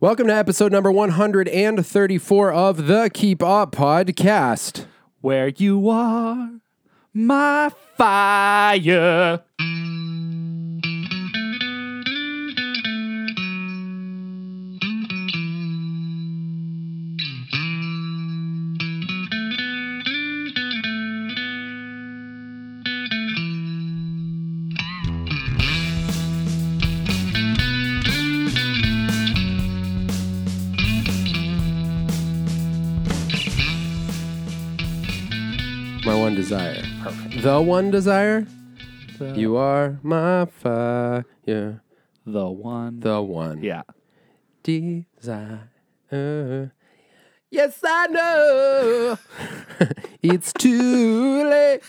Welcome to episode number 134 of the Keep Up Podcast. Where you are, my fire. My one desire. The one desire? You are my fire. The one. The one yeah. desire. Yes, I know. it's too late.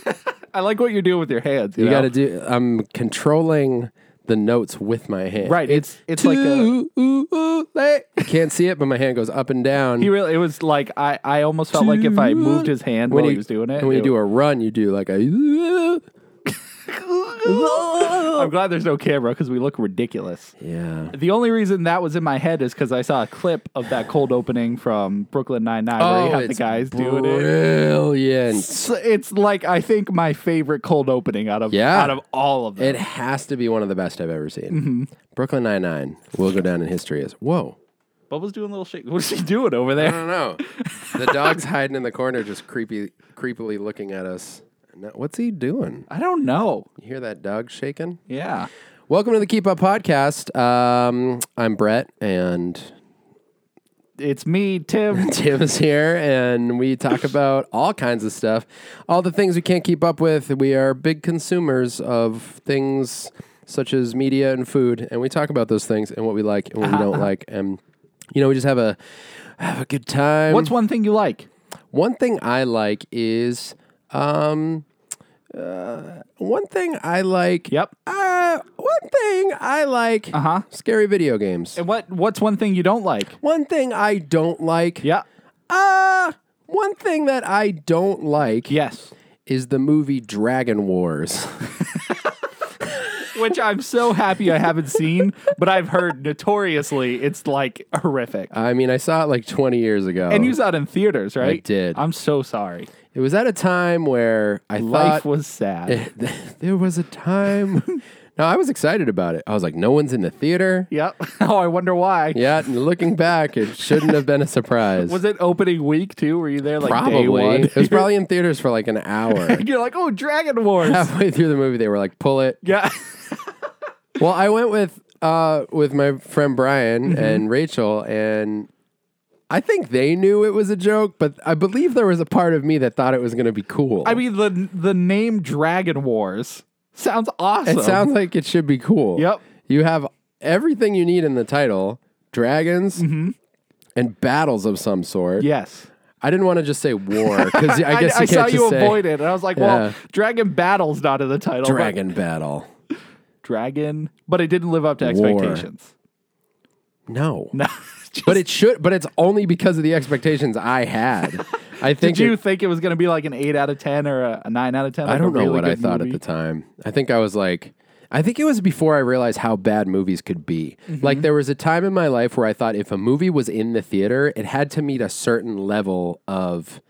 I like what you're doing with your hands. You, You know? got to do, I'm controlling the notes with my hand. Right, it's- it's like a- too late. You can't see it, but my hand goes up and down. He really. It was like I. I almost felt like if I moved his hand when while you- he was doing it. And when you it do a run, you do like a. I'm glad there's no camera because we look ridiculous. Yeah. The only reason that was in my head is because I saw a clip of that cold opening from Brooklyn Nine Nine where he had the guys doing it. Oh, Brilliant. It's, it's like I think my favorite cold opening out of Yeah. out of all of them. It has to be one of the best I've ever seen. Mm-hmm. Brooklyn Nine Nine will go down in history as whoa. Bubba's doing little shake. What's he doing over I there? don't know. the dog's hiding in the corner, just creepy, creepily looking at us. No, what's he doing? I don't know. You hear that dog shaking? Yeah. Welcome to the Keep Up Podcast. Um, I'm Brett, and It's me, Tim. Tim is here, and we talk about all kinds of stuff, all the things we can't keep up with. We are big consumers of things such as media and food, and we talk about those things and what we like and what we Uh-huh, don't like, and you know, we just have a have a good time. What's one thing you like? one thing I like is, um, uh, one thing I like. Yep. Uh, one thing I like. Uh Uh-huh. Scary video games. And what what's one thing you don't like? One thing I don't like. Yeah. Uh one thing that I don't like Yes. is the movie Dragon Wars. Which I'm so happy I haven't seen, but I've heard notoriously it's like horrific. I mean, I saw it like 20 years ago. and you saw it in theaters, right? Oh. did. I'm so sorry. it was at a time where I Life thought was sad. there was a time. no, I was excited about it. I was like, no one's in the theater. yep. Oh, I wonder why. Yeah, and looking back, it shouldn't have been a surprise. Was it opening week too? Were you there like day probably. one? It was probably in theaters for like an hour. You're like, oh, Dragon Wars. Halfway through the movie, they were like, pull it. yeah. Well, I went with uh, with my friend Brian Mm-hmm. and Rachel, and I think they knew it was a joke, but I believe there was a part of me that thought it was going to be cool. I mean the the name Dragon Wars sounds awesome. it sounds like it should be cool. Yep. You have everything you need in the title: dragons Mm-hmm. and battles of some sort. Yes. I didn't want to just say war because I guess you can't saw just you say avoid it, and I was like, Yeah. "Well, Dragon Battle's not in the title." but- dragon battle. Dragon, but it didn't live up to War. expectations. No. No, But it should. But it's only because of the expectations I had. I think did you it- think it was going to be like an eight out of ten or a, a nine out of ten? I don't know what I thought at the time. I think I was like, I think it was before I realized how bad movies could be. Like, there was a time in my life where I thought if a movie was in the theater, it had to meet a certain level of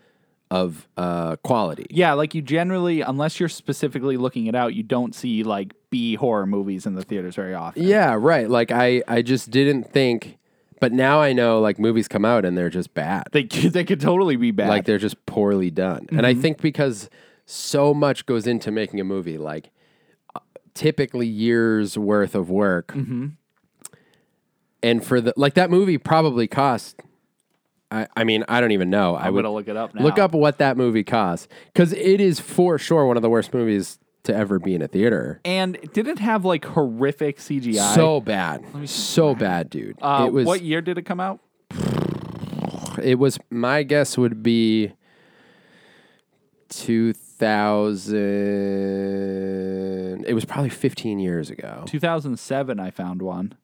of uh, quality. Yeah, like you generally, unless you're specifically looking it out, you don't see like B horror movies in the theaters very often. Yeah, right. Like, I I just didn't think, but now I know like movies come out and they're just bad. They could, they could totally be bad. like they're just poorly done. And Mm-hmm. I think because so much goes into making a movie, like uh, typically years worth of work. Mm-hmm. And for the like that movie probably cost I I mean, I don't even know. I I'm would gonna look it up now. look up what that movie cost cuz it is for sure one of the worst movies to ever be in a theater. and did it have like horrific CGI? So bad. So bad, dude. Uh, it was what year did it come out? it was my guess would be 2000 it was probably 15 years ago 2007. I found one.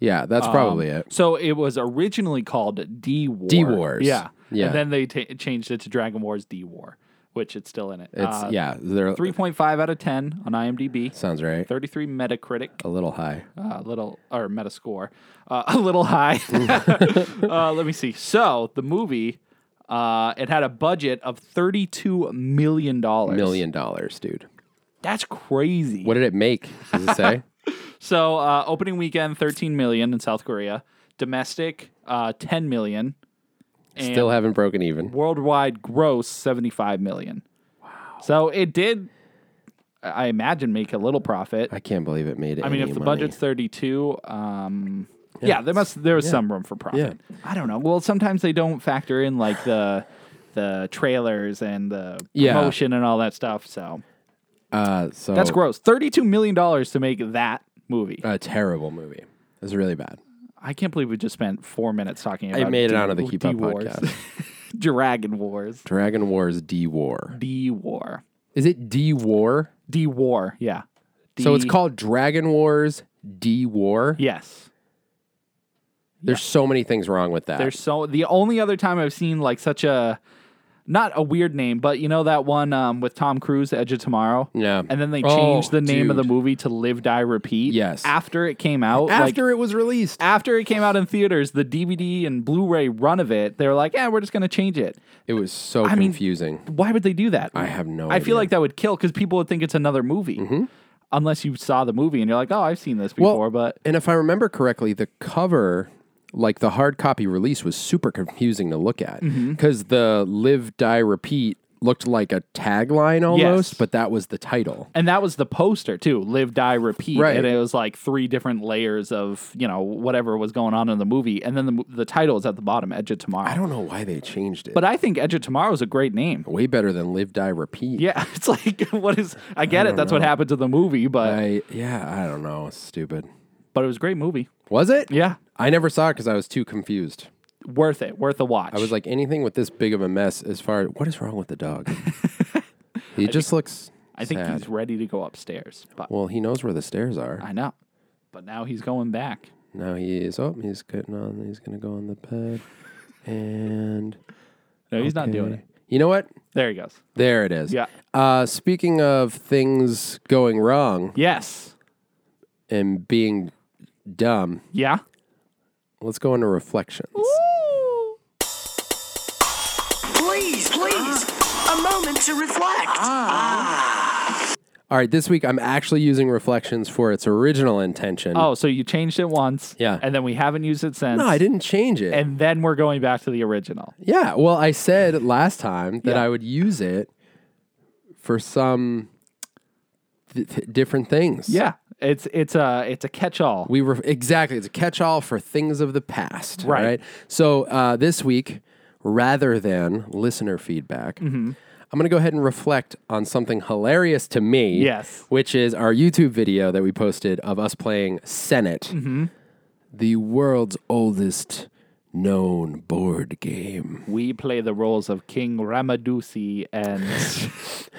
yeah that's Um, probably it So it was originally called D War. D Wars. Yeah. Yeah. And then they ta changed it to Dragon Wars D War. which it's still in it. It's Uh, yeah, they're 3.5 out of 10 on IMDb, sounds right. 33 Metacritic, A little high. a little or Metascore, uh, a little high. uh, let me see. So the movie, uh, it had a budget of 32 million dollars. Million dollars, dude. That's crazy. What did it make? Does it say? So uh, opening weekend, 13 million in South Korea. Domestic, uh, 10 million. And Still haven't broken even. worldwide gross, 75 million. Wow. So it did, I I imagine, make a little profit. I can't believe it made it. I mean, if the budget's 32, um, yeah, there must there was some room for profit. I don't know. Well, sometimes they don't factor in like the the trailers and the Yeah. promotion and all that stuff. So uh, so that's gross. Thirty-two million dollars to make that movie. A terrible movie. It's really bad. I can't believe we just spent four minutes talking about. I made it D- onto the Keep Up D-Wars. podcast. Dragon Wars, Dragon Wars D War. D War, Is it D War? D War. Yeah. So it's D- called Dragon Wars D War. Yes. There's so many things wrong with that. There's so the only other time I've seen like such a not a weird name, but you know that one um, with Tom Cruise, Edge of Tomorrow. Yeah. And then they Oh, changed the name of the dude. movie to Live Die Repeat. Yes. After it came out. like, after it was released. after it came out in theaters, the DVD and Blu-ray run of it, they were like, "Yeah, we're just gonna change it." It was so mean- confusing. Why would they do that? I have no I idea. Mm-hmm. feel like that would kill because people would think it's another movie, unless you saw the movie and you're like, "Oh, I've seen this Well, before," but And if I remember correctly, the cover, like the hard copy release, was super confusing to look at Mm-hmm. because the live, die, repeat looked like a tagline almost, but that was the title. and that was the poster too live die repeat Right. and it was like three different layers of you know whatever was going on in the movie and then the, the title is at the bottom edge of tomorrow I don't know why they changed it. but i think edge of tomorrow is a great name Way better than live, die, repeat. yeah it's like what is i get it that's what happened to the movie but I, yeah, I don't know. It's stupid. but it was a great movie Was it? yeah I never saw it because I was too confused. worth it worth a watch I was like, anything with this big of a mess as far as what is wrong with the dog? he just looks. i think sad. he's ready to go upstairs but Well, he knows where the stairs are. i know but now he's going back Now he is. Oh, he's getting on. He's gonna go on the bed, and no he's not doing it You know what? there he goes There it is. Yeah. Uh, speaking of things going wrong yes and being dumb, yeah let's go into reflections. Please, please, a moment to reflect. All right, this week I'm actually using reflections for its original intention. oh so you changed it once Yeah. and then we haven't used it since no, I didn't change it. and then we're going back to the original. yeah. Well, I said last time that Yeah. I would use it for some th- th- different things. Yeah, it's it's a it's a catch-all. We were exactly. It's a catch-all for things of the past, Right. right? So uh, this week, rather than listener feedback, Mm-hmm. I'm going to go ahead and reflect on something hilarious to me. Yes. which is our YouTube video that we posted of us playing Senate, Mm-hmm. the world's oldest known board game. we play the roles of King Ramadusi and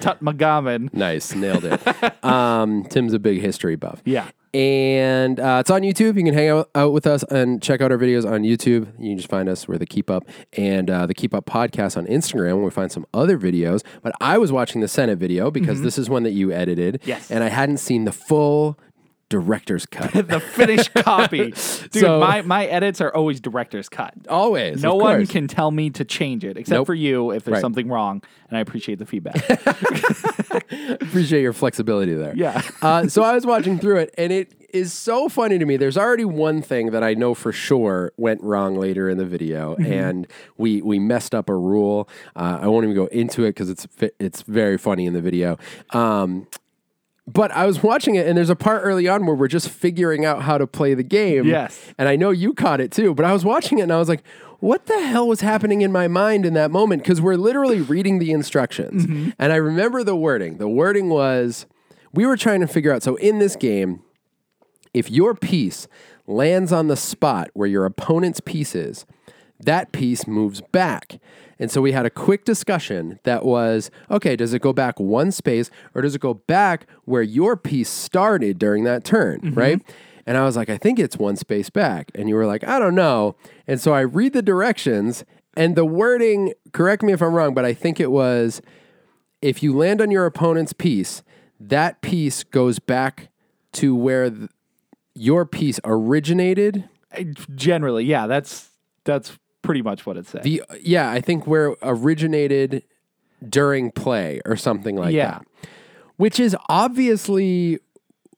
Tutmagamen. Nice, nailed it. um, Tim's a big history buff. Yeah. And uh, it's on YouTube. You can hang out, out with us and check out our videos on YouTube. You can just find us. We're the Keep Up and uh, the Keep Up podcast on Instagram. Where we find some other videos. But I was watching the Senate video because this is one that you edited. Mm-hmm. Yes. And I hadn't seen the full director's cut. The finished copy. Dude, So- my, my edits are always director's cut. Always. No of one course. can tell me to change it except Nope. for you if there's Right. something wrong. And I appreciate the feedback. appreciate your flexibility there. Yeah. uh, so I was watching through it, and it is so funny to me. There's already one thing that I know for sure went wrong later in the video, and we we messed up a rule. Uh, I won't even go into it because it's fi- it's very funny in the video. Um, but I was watching it, and there's a part early on where we're just figuring out how to play the game. Yes. And I know you caught it too, but I was watching it and I was like, what the hell was happening in my mind in that moment? Because we're literally reading the instructions. And I remember the wording. The wording was we were trying to figure out. So in this game, if your piece lands on the spot where your opponent's piece is, that piece moves back. And so we had a quick discussion that was okay, does it go back one space or does it go back where your piece started during that turn, right? And I was like, I think it's one space back. And you were like, I don't know. And so I read the directions and the wording, correct me if I'm wrong, but I think it was if you land on your opponent's piece, that piece goes back to where th- your piece originated. Generally, yeah, that's that's pretty much what it said. The yeah, I think where it originated during play or something like Yeah. that. Which is obviously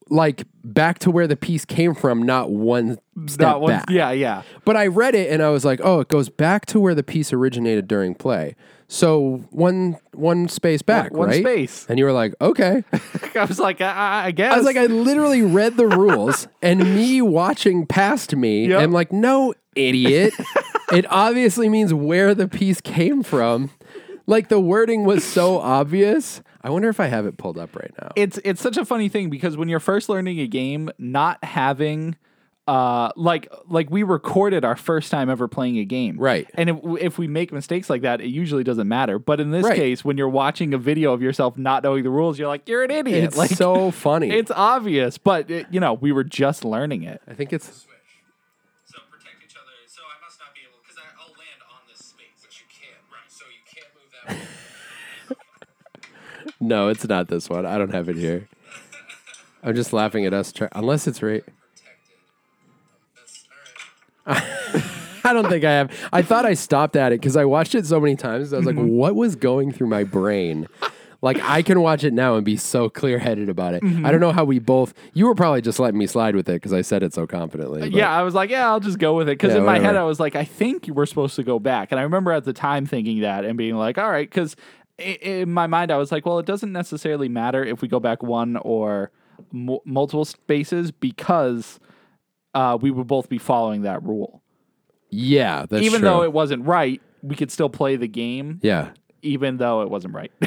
like back to where the piece came from, not one step That one, back. yeah, yeah. But I read it and I was like, oh, it goes back to where the piece originated during play. So one one space back, one right? space. And you were like, okay. I was like, I- I, I guess. I was like, I literally read the rules, and me watching past me, Yep. I'm like, no, idiot. it obviously means where the piece came from. Like the wording was so obvious. I wonder if I have it pulled up right now. it's it's such a funny thing because when you're first learning a game, not having uh like like we recorded our first time ever playing a game Right. and if, if we make mistakes like that it usually doesn't matter but in this Right. case when you're watching a video of yourself not knowing the rules you're like you're an idiot it's like so funny. it's obvious but it, you know we were just learning it I think it's switch. So protect each other. So I must not be able, because I'll land on this space. But you can't, right? So you can't move that way. no, it's not this one. I don't have it here. I'm just laughing at us. Try- Unless it's right. Protected. That's all right. I don't think I have. I thought I stopped at it because I watched it so many times. I was like, Mm-hmm. what was going through my brain? Like, I can watch it now and be so clear headed about it. Mm-hmm. I don't know how we both, you were probably just letting me slide with it because I said it so confidently. but- Uh, yeah i was like yeah i'll just go with it because Yeah, in my head whatever. i was like i think you were supposed to go back and i remember at the time thinking that and being like all right because in my mind i was like well it doesn't necessarily matter if we go back one or m- multiple spaces because uh, we would both be following that rule Yeah. That's even true. though it wasn't right we could still play the game yeah. even though it wasn't right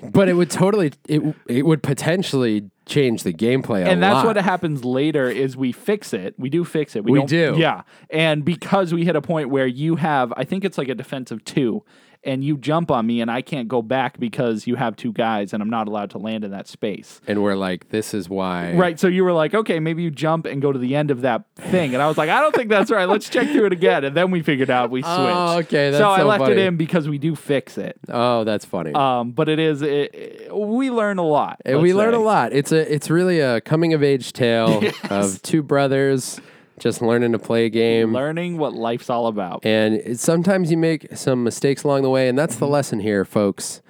But it would totally, it, it would potentially change the gameplay a and that's lot. what happens later is we fix it we do fix it We don't- do. yeah and because we hit a point where you have i think it's like a defensive two and you jump on me and i can't go back because you have two guys and i'm not allowed to land in that space and we're like, this is why. right so you were like okay maybe you jump and go to the end of that thing and i was like i don't think that's right let's check through it again and then we figured out we switched Oh, okay, that's so, i so left it funny. in because we do fix it Oh, that's funny. um, but it is it, it- we learn a lot And we let's learn a say. lot. It's a it's really a coming of age tale of two brothers just learning to play a game. learning what life's all about And it, sometimes you make some mistakes along the way, and that's the Mm-hmm. lesson here, folks.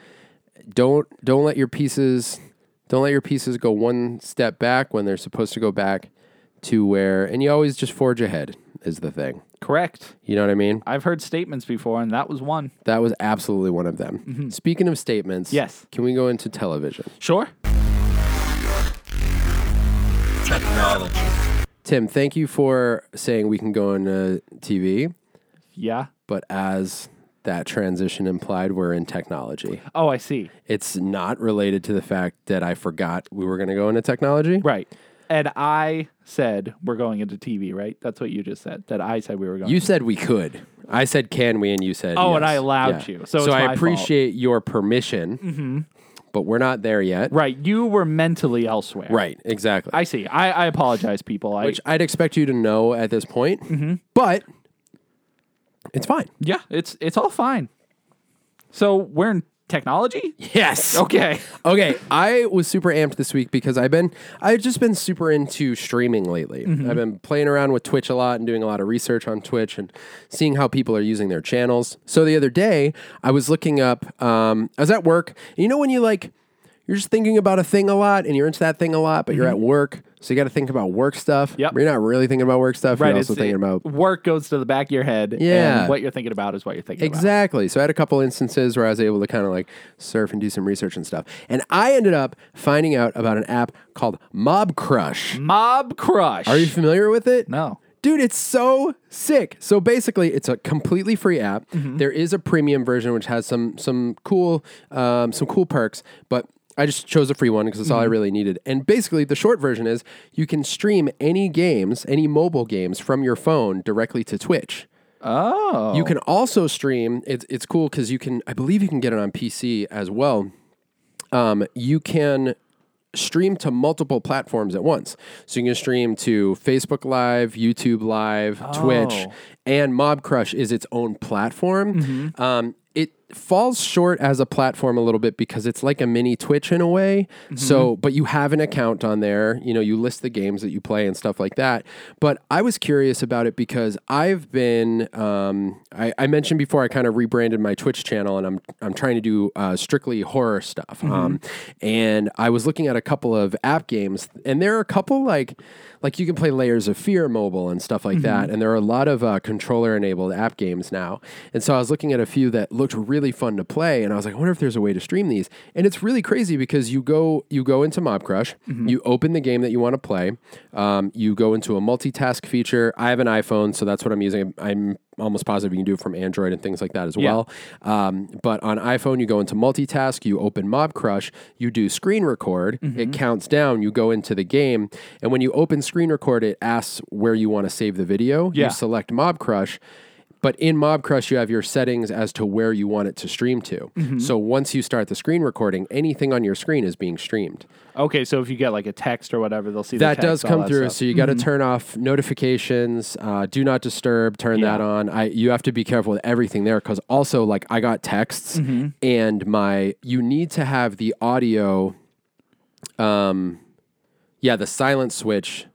Don't don't let your pieces don't let your pieces go one step back when they're supposed to go back to where. And you always just forge ahead is the thing. correct You know what I mean? I've heard statements before, and that was one. That was absolutely one of them. Speaking of statements, Mm-hmm. Yes. Can we go into television? Sure. Tim, thank you for saying we can go into TV. Yeah. but as that transition implied, we're in technology. Oh, I see. It's not related to the fact that I forgot we were going to go into technology. Right. And I said we're going into TV, right? That's what you just said. That I said we were going. You said we could. I said, can we? And you said, Oh, and yes. I allowed you. So I it's my fault. Mm-hmm. appreciate your permission, but we're not there yet. right. You were mentally elsewhere. Right, exactly. I see. I, I apologize, people. I Which I'd expect you to know at this point, Mm-hmm. but it's fine. yeah. It's it's all fine. So we're in technology. Yes. Okay. Okay, I was super amped this week because I've been I've just been super into streaming lately. Mm-hmm. I've been playing around with Twitch a lot and doing a lot of research on Twitch and seeing how people are using their channels. So the other day, I was looking up um I was at work. And you know when you like you're just thinking about a thing a lot and you're into that thing a lot, but you're at work, so you got to think about work stuff. Mm-hmm. Yep. You're not really thinking about work stuff, Right. you're also it's- thinking it- about work goes to the back of your head. Yeah. And what you're thinking about is what you're thinking about. Exactly. So I had a couple instances where I was able to kind of like surf and do some research and stuff. And I ended up finding out about an app called Mob Crush. Mob crush. Are you familiar with it? Mm. No. Dude, it's so sick. So basically, it's a completely free app. Mm-hmm. There is a premium version which has some some cool um, some cool perks, but I just chose a free one because that's Mm-hmm. all I really needed. And basically, the short version is you can stream any games, any mobile games from your phone directly to Twitch. Oh. You can also stream. It's it's cool because you can. I believe you can get it on PC as well. Um, you can stream to multiple platforms at once. So you can stream to Facebook Live, YouTube Live, Twitch, Oh. and Mob Crush is its own platform. Um, it falls short as a platform a little bit because it's like a mini Twitch in a way. So, but you have an account on there. You know, you list the games that you play and stuff like that. But I was curious about it because I've been. Um, I, I mentioned before I kind of rebranded my Twitch channel, and I'm I'm trying to do uh, strictly horror stuff. Um, and I was looking at a couple of app games, and there are a couple like like you can play Layers of Fear mobile and stuff like that. And there are a lot of uh, controller enabled app games now. And so I was looking at a few that looked really fun to play, and I was like, I wonder if there's a way to stream these. And it's really crazy because you go you go into Mob Crush, you open the game that you want to play, um, you go into a multitask feature. I have an iPhone, so that's what I'm using. I'm almost positive you can do it from Android and things like that as well. Um, but on iPhone, you go into multitask, you open Mob Crush, you do screen record, it counts down, you go into the game, and when you open screen record, it asks where you want to save the video. Yeah. You select Mob Crush. But in Mob Crush, you have your settings as to where you want it to stream to. So once you start the screen recording, anything on your screen is being streamed Okay, so if you get like a text or whatever, they'll see the that text, does all come that through. stuff. Mm-hmm. So you got to turn off notifications. Uh, do not disturb. Turn that Yeah. on. I you have to be careful with everything there because also like I got texts Mm-hmm. and my you need to have the audio. Um, yeah, the silent switch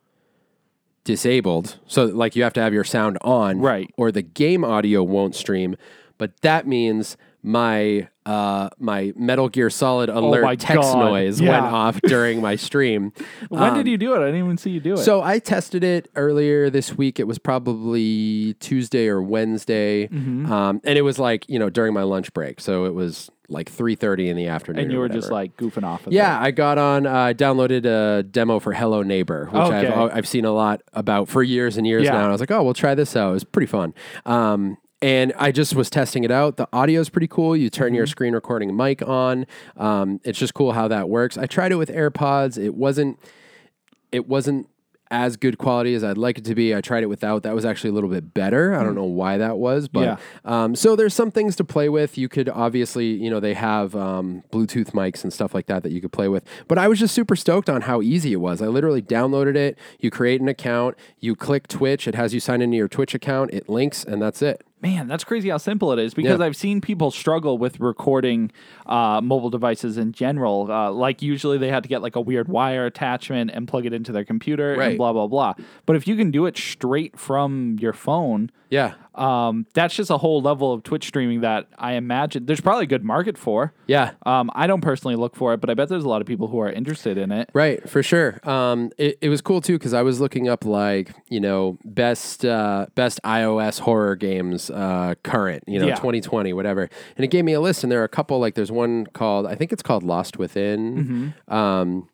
disabled. So like you have to have your sound on, Right. Or the game audio won't stream. But that means my uh my Metal Gear Solid alert Oh my text God. noise Yeah. went off during my stream. when did you do it? I didn't even see you do it. Um, So I tested it earlier this week. It was probably Tuesday or Wednesday, Mm-hmm. um, and it was like you know during my lunch break. So it was like three thirty in the afternoon. and or you were just whatever. like goofing off. with Yeah, I got on. uh, I downloaded a demo for Hello Neighbor, which Okay. I've I've seen a lot about for years and years Yeah. now. And I was like, oh, we'll try this out. It was pretty fun. Um, and I just was testing it out. The audio is pretty cool. You turn Mm-hmm. your screen recording mic on. Um, it's just cool how that works. I tried it with AirPods. It wasn't. It wasn't as good quality as I'd like it to be. I tried it without. That was actually a little bit better. I don't know why that was, but Yeah. um, so there's some things to play with. You could obviously, you know, they have um, Bluetooth mics and stuff like that that you could play with. But I was just super stoked on how easy it was. I literally downloaded it. You create an account. You click Twitch. It has you sign into your Twitch account. It links, and that's it. Man, that's crazy how simple it is because Yeah. I've seen people struggle with recording uh, mobile devices in general. Uh, like, usually they had to get like a weird wire attachment and plug it into their computer Right. and blah, blah, blah. But if you can do it straight from your phone, Yeah. um, that's just a whole level of Twitch streaming that I imagine there's probably a good market for. Yeah. Um, I don't personally look for it, but I bet there's a lot of people who are interested in it. Right, for sure. Um, it, it was cool too because I was looking up like you know best uh, best iOS horror games uh, current, you know, Yeah. 2020, whatever, and it gave me a list. And there are a couple like there's one called I think it's called Lost Within, Mm-hmm. um,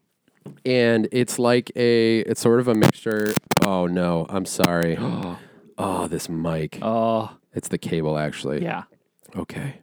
and it's like a it's sort of a mixture. Oh no, I'm sorry. oh, this mic. Oh, It's the cable actually. yeah. Okay.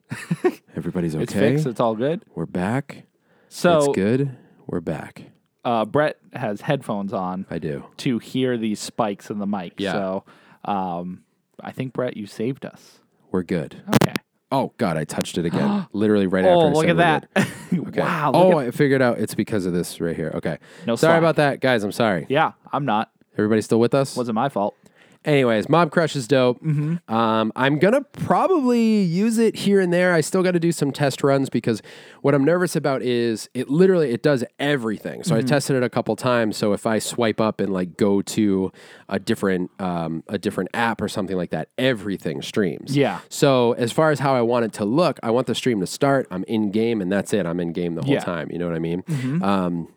Everybody's It's okay. fixed. It's all good. We're back. So, it's good. We're back. Uh, Brett has headphones on. I do. to hear these spikes in the mic. Yeah. So um, I think Brett, you saved us. We're good. Okay. Oh God, I touched it again. Literally right after. Oh, I look said at we're that. good. Okay. wow. Look Oh, at, I figured out it's because of this right here. Okay. No sorry slack. about that, guys. I'm sorry. yeah, I'm not. Everybody still with us? Wasn't my fault. Anyways, Mob Crush is dope. Mm-hmm. Um, I'm gonna probably use it here and there. I still got to do some test runs because what I'm nervous about is it literally it does everything. So Mm-hmm. I tested it a couple times. So if I swipe up and like go to a different um, a different app or something like that, everything streams. Yeah. So as far as how I want it to look, I want the stream to start. I'm in game and that's it. I'm in game the whole Yeah. time. You know what I mean? Um,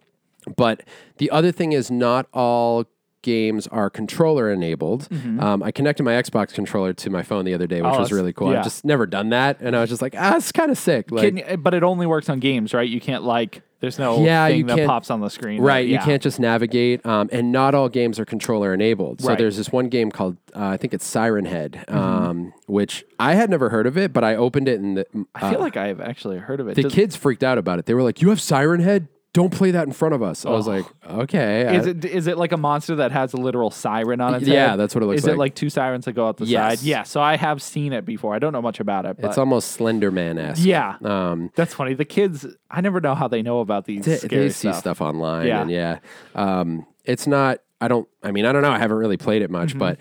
but the other thing is, not all games are controller enabled. Um, I connected my Xbox controller to my phone the other day, which was Mm-hmm. Oh, that's- really cool. yeah. I've just never done that, and I was just like, ah, it's kind of sick. Like, Can you- but it only works on games, right? You can't like. There's no Yeah, thing you that can't- pops on the screen. Right, Yeah. you can't just navigate, um, and not all games are controller enabled. So Right. Mm-hmm. there's this one game called uh, I think it's Siren Head, um, which I had never heard of it, but I opened it and the, I feel like I've actually heard of it. uh, the Does- kids freaked out about it. They were like, "You have Siren Head? Don't play that in front of us." I was like, "Okay." I- is it is it like a monster that has a literal siren on its Yeah, head? that's what it looks is Is like. it like two sirens that go out the Yes. side? Yeah. So I have seen it before. I don't know much about it. But it's almost Slender Man esque. yeah, Um, that's funny. The kids, I never know how they know about these. they, scary they see stuff online Yeah. and yeah um, it's not i don't i mean i don't know i haven't really played it much but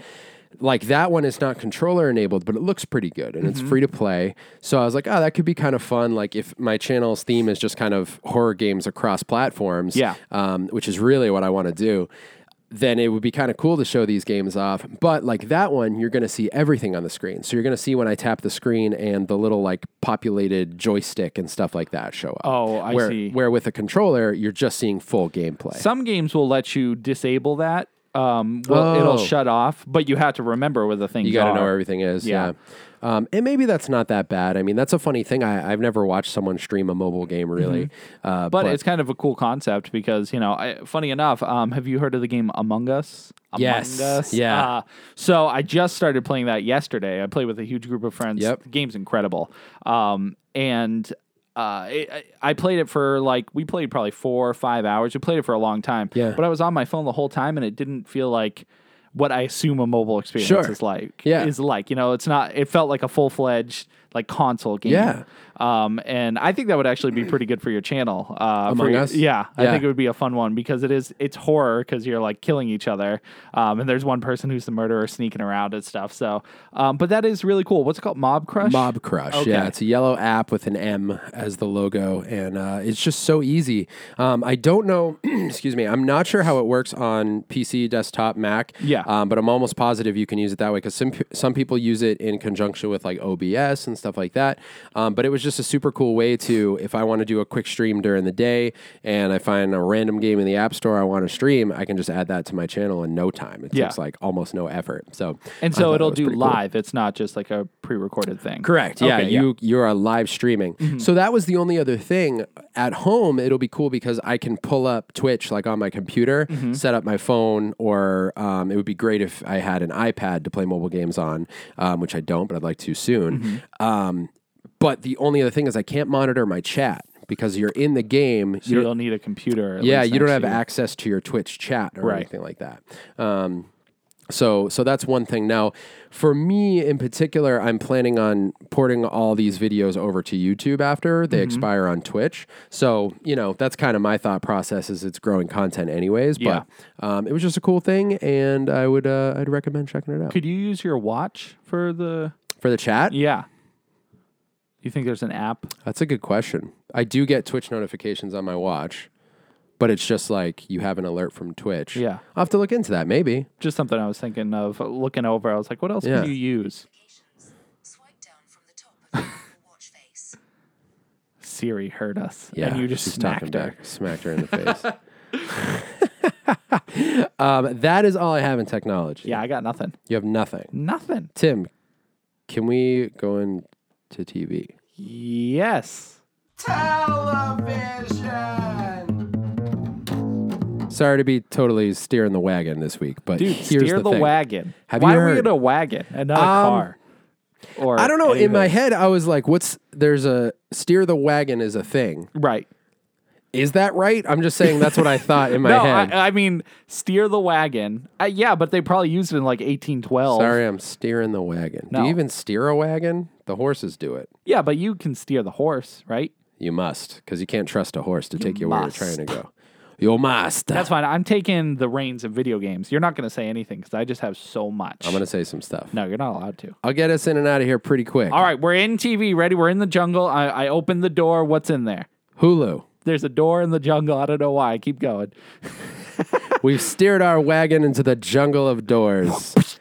like that one is not controller enabled, but it looks pretty good and it's free to play. So I was like, oh, that could be kind of fun. Like if my channel's theme is just kind of horror games across platforms, Yeah. um, which is really what I want to do. Then it would be kind of cool to show these games off. But like that one, you're going to see everything on the screen. So you're going to see when I tap the screen and the little like populated joystick and stuff like that show up. Oh, I where, see. Where with a controller, you're just seeing full gameplay. Some games will let you disable that. Um, well, Oh. it'll shut off, but you have to remember where the things You got are. to know where everything is. Yeah. Yeah. Um, and maybe that's not that bad. I mean, that's a funny thing. I, I've never watched someone stream a mobile game really. Uh, Mm-hmm. but, it's kind of a cool concept because you know, I, funny enough, um, have you heard of the game Among Us? Among Yes. Yeah. Uh, so I just started playing that yesterday. I played with a huge group of friends. Yep. The game's incredible. Um, and uh, it, I- I played it for like we played probably four or five hours. We played it for a long time. Yeah. But I was on my phone the whole time, and it didn't feel like what I assume a mobile experience Sure. is like. Yeah. Is like you know, it's not. It felt like a full fledged like console game. Yeah. Um, and I think that would actually be pretty good for your channel. Uh, Among for your- Us? Yeah, I Yeah. think it would be a fun one because it is it's horror because you're like killing each other, um, and there's one person who's the murderer sneaking around and stuff. So, um, but that is really cool. What's it called Mob Crush? Mob Crush. Okay. Yeah, it's a yellow app with an M as the logo, and uh, it's just so easy. Um, I don't know, excuse me, I'm not sure how it works on PC, desktop, Mac. Yeah. Um, but I'm almost positive you can use it that way because some, pe- some people use it in conjunction with like OBS and stuff like that. Um, but it was just a super cool way to, if I want to do a quick stream during the day and I find a random game in the App Store I want to stream, I can just add that to my channel in no time. It Yeah. takes like almost no effort. So And I thought so that it'll was do pretty cool. live. It's not just like a pre-recorded thing. Correct. Yeah, Okay, you you are live streaming. So that was the only other thing. At home, it'll be cool because I can pull up Twitch like on my computer, set up my phone, or um, it would be great if I had an iPad to play mobile games on, um, which I don't, but I'd like to soon. Um, but the only other thing is I can't monitor my chat because you're in the game. So you don't- you'll need a computer. at yeah, least you don't next have to access to your Twitch chat or Right. anything like that. Um, so, so that's one thing. Now, for me in particular, I'm planning on porting all these videos over to YouTube after Mm-hmm. they expire on Twitch. So, you know, that's kind of my thought process. Is it's growing content anyways, Yeah. but um, it was just a cool thing, and I would uh, I'd recommend checking it out Could you use your watch for the? for the chat. Yeah. You think there's an app? That's a good question. I do get Twitch notifications on my watch, but it's just like you have an alert from Twitch. Yeah. I'll have to look into that. Maybe. Just something I was thinking of uh, looking over. I was like, what else Yeah. could you use? notifications. Swipe down from the top of your watch face. Siri heard us. And you just she's smacked her. back. Smacked her in the face. um, that is all I have in technology. Yeah, I got nothing. You have nothing. Nothing. Tim, can we go into TV? Yes. Sorry to be totally steering the wagon this week, but Dude, here's steer the, the, thing. wagon. Have Why you are we heard- in a wagon and not a Um, car? Or I don't know. any In of my those? head, I was like, "What's there's a steer the wagon is a thing. Right. Is that right? I'm just saying that's what I thought in my no, head. I, I mean, steer the wagon. Uh, yeah, but they probably used it in like 1812. Sorry, I'm steering the wagon. Do No. you even steer a wagon? The horses do it. Yeah, but you can steer the horse, right? You must, because you can't trust a horse to take you must. where you're trying to go. You must. That's fine. I'm taking the reins of video games. You're not going to say anything because I just have so much. I'm gonna say some stuff. No, you're not allowed to. I'll get us in and out of here pretty quick. All right, we're in TV. Ready? We're in the jungle. I, I opened the door. What's in there? Hulu. There's a door in the jungle. I don't know why. Keep going. We've steered our wagon into the jungle of doors.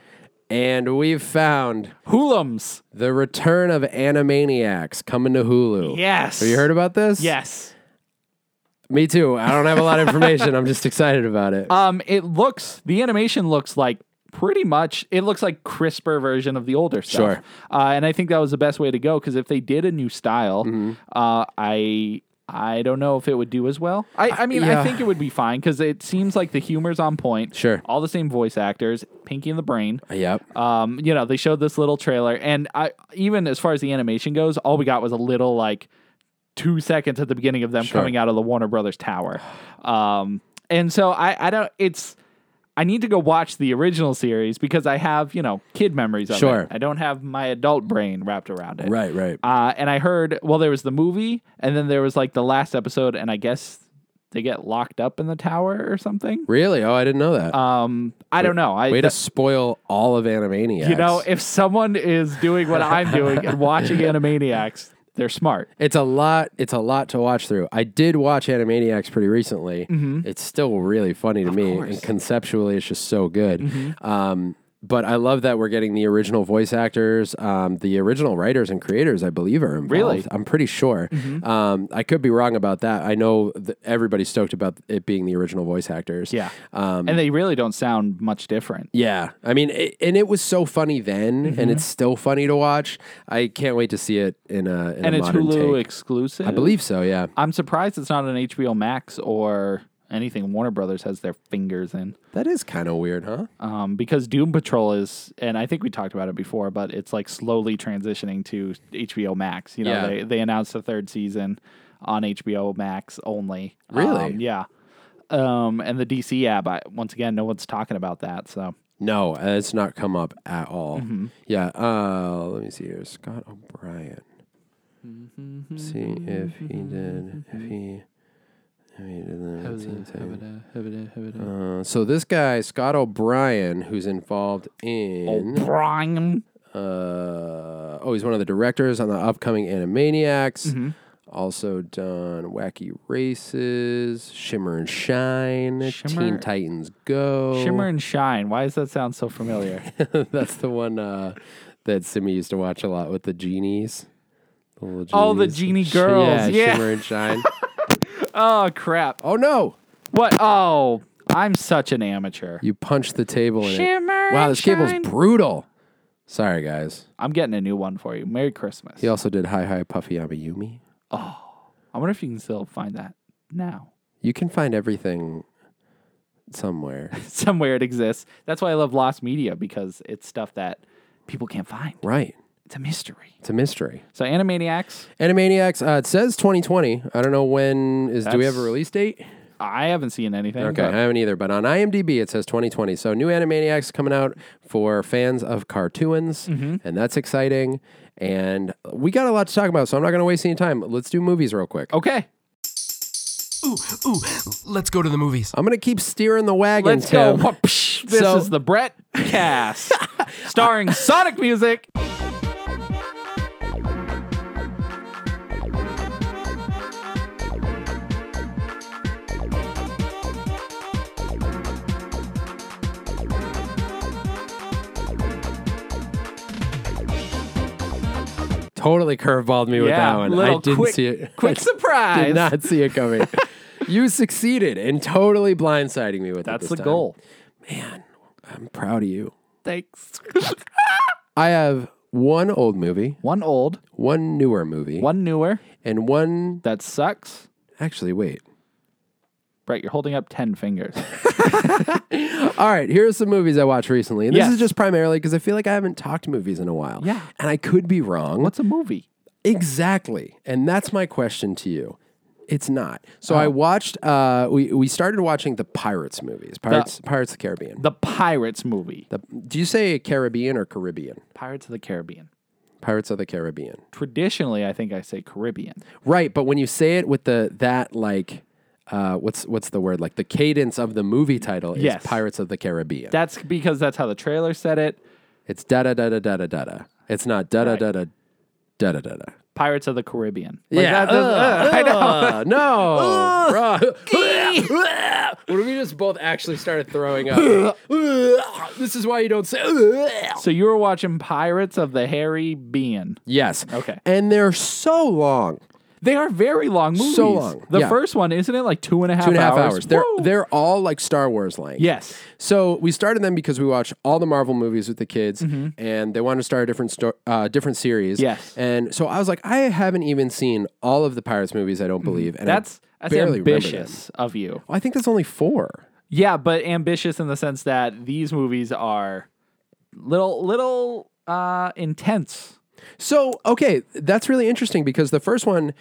And we've found Hulums. the return of Animaniacs coming to Hulu. Yes. Have you heard about this? Yes. Me too. I don't have a lot of information. I'm just excited about it. Um, it looks the animation looks like pretty much it looks like crisper version of the older stuff. Sure. Uh, and I think that was the best way to go because if they did a new style, Mm-hmm. uh, I. I don't know if it would do as well. I, I mean, I yeah. think it would be fine because it seems like the humor's on point. Sure. All the same voice actors, Pinky and the Brain. yep. um, you know, they showed this little trailer, and I even as far as the animation goes, all we got was a little like two seconds at the beginning of them Sure. coming out of the Warner Brothers tower. Um, and so I, I don't. It's I need to go watch the original series because I have you know kid memories of Sure. it. I don't have my adult brain wrapped around it. right, right. Uh, and I heard well, there was the movie, and then there was like the last episode, and I guess they get locked up in the tower or something. Really? Oh, I didn't know that. Um, I don't know. I Way to spoil all of Animaniacs. you know if someone is doing what I'm doing and watching Animaniacs, they're smart. it's a lot. It's a lot to watch through. I did watch Animaniacs pretty recently. Mm-hmm. It's still really funny to me, and conceptually, it's just so good. Mm-hmm. Um, but I love that we're getting the original voice actors, um, the original writers and creators. I believe are involved. Really? Mm-hmm. I'm pretty sure. Um, I could be wrong about that. I know that everybody's stoked about it being the original voice actors. Yeah. Um, And they really don't sound much different. Yeah, I mean, it, and it was so funny then, Mm-hmm. and it's still funny to watch. I can't wait to see it in a in And a it's modern Hulu take. exclusive. I believe so. Yeah, I'm surprised it's not on HBO Max or anything Warner Brothers has their fingers in. that is kind of weird, huh? Um, because Doom Patrol is, and I think we talked about it before, but it's like slowly transitioning to HBO Max. You know, Yeah. they, they announced the third season on HBO Max only. Really? Um, yeah. Um, and the DC app, I, once again, no one's talking about that. So No, uh, it's not come up at all. Mm-hmm. Yeah, uh, let me see here. Scott O'Brien. Mm-hmm. See if he did. If he. if he did that, let's see, let's see. Uh, so this guy, Scott O'Brien, who's involved in Brian, uh, oh, he's one of the directors on the upcoming Animaniacs. Mm-hmm. Also done Wacky Races, Shimmer and Shine, Shimmer- Teen Titans Go. Shimmer and Shine. Why does that sound so familiar? That's the one uh, that Simi used to watch a lot with the genies. The little Oh, the genie Sh- girls, yeah. Shimmer and Shine. oh crap! oh no, What? Oh, I'm such an amateur. you punched the table. in it. Shimmer Wow, and this cable's shine. brutal. Sorry, guys. I'm getting a new one for you. Merry Christmas. He also did Hi Hi Puffy Yumi. I wonder if you can still find that now. You can find everything somewhere. Somewhere it exists. That's why I love Lost Media because it's stuff that people can't find. Right. It's a mystery. It's a mystery. So Animaniacs, Animaniacs. Uh, it says 2020. I don't know when is. do we have a That's- release date? I haven't seen anything. Okay, I but haven't either. But on IMDb, it says 2020. So new Animaniacs coming out for fans of cartoons, Mm-hmm. and that's exciting. And we got a lot to talk about, so I'm not going to waste any time. Let's do movies real quick. okay. Ooh, ooh, let's go to the movies. I'm going to keep steering the wagon. Let's go. Tim. Whoop, psh. This So- is the Brett cast starring Sonic Music. Totally curveballed me with Yeah, that one. I little didn't quick- see it. quick I surprise. Did not see it coming. you succeeded in totally blindsiding me with it. That's this the time. goal. I'm proud of you. Thanks. I have one old movie, one old, one newer movie, one newer. and one. That sucks. Actually, wait. Brett, you're holding up 10 fingers. All right, here are some movies I watched recently. And this Yes. is just primarily because I feel like I haven't talked movies in a while. Yeah. And I could be wrong. What's a movie? Exactly. And that's my question to you. It's not. So Uh-huh. I watched, uh, we, we started watching the Pirates movies, Pirates, Pirates of the Caribbean. The Pirates movie. The, do you say Caribbean or Caribbean? Pirates of the Caribbean. Pirates of the Caribbean. Traditionally, I think I say Caribbean. Right, but when you say it with the that like uh, what's what's the word like the cadence of the movie title is Yes. Pirates of the Caribbean. That's because that's how the trailer said it. it's da da da da da da da da. It's not da da da da da da da da. Pirates of the Caribbean. Like, Yeah, that- that- I know. no, Bruh. what if we just both actually started throwing up? this is why you don't say. so you were watching Pirates of the Harry Bean. yes. Okay. And they're so long. They are very long movies. So long, The yeah. first one, isn't it like two and a half Two and a half hours? hours. They're Woo! they're all like Star Wars length. yes. So we started them because we watch all the Marvel movies with the kids, and they wanted to start a different sto- uh, different series. Yes. and so I was like, I haven't even seen all of the Pirates movies. I don't believe, and I That's, that's barely remember them. ambitious of you. Well, I think that's only four. Yeah, but ambitious in the sense that these movies are little little uh intense. So okay, that's really interesting because the first one,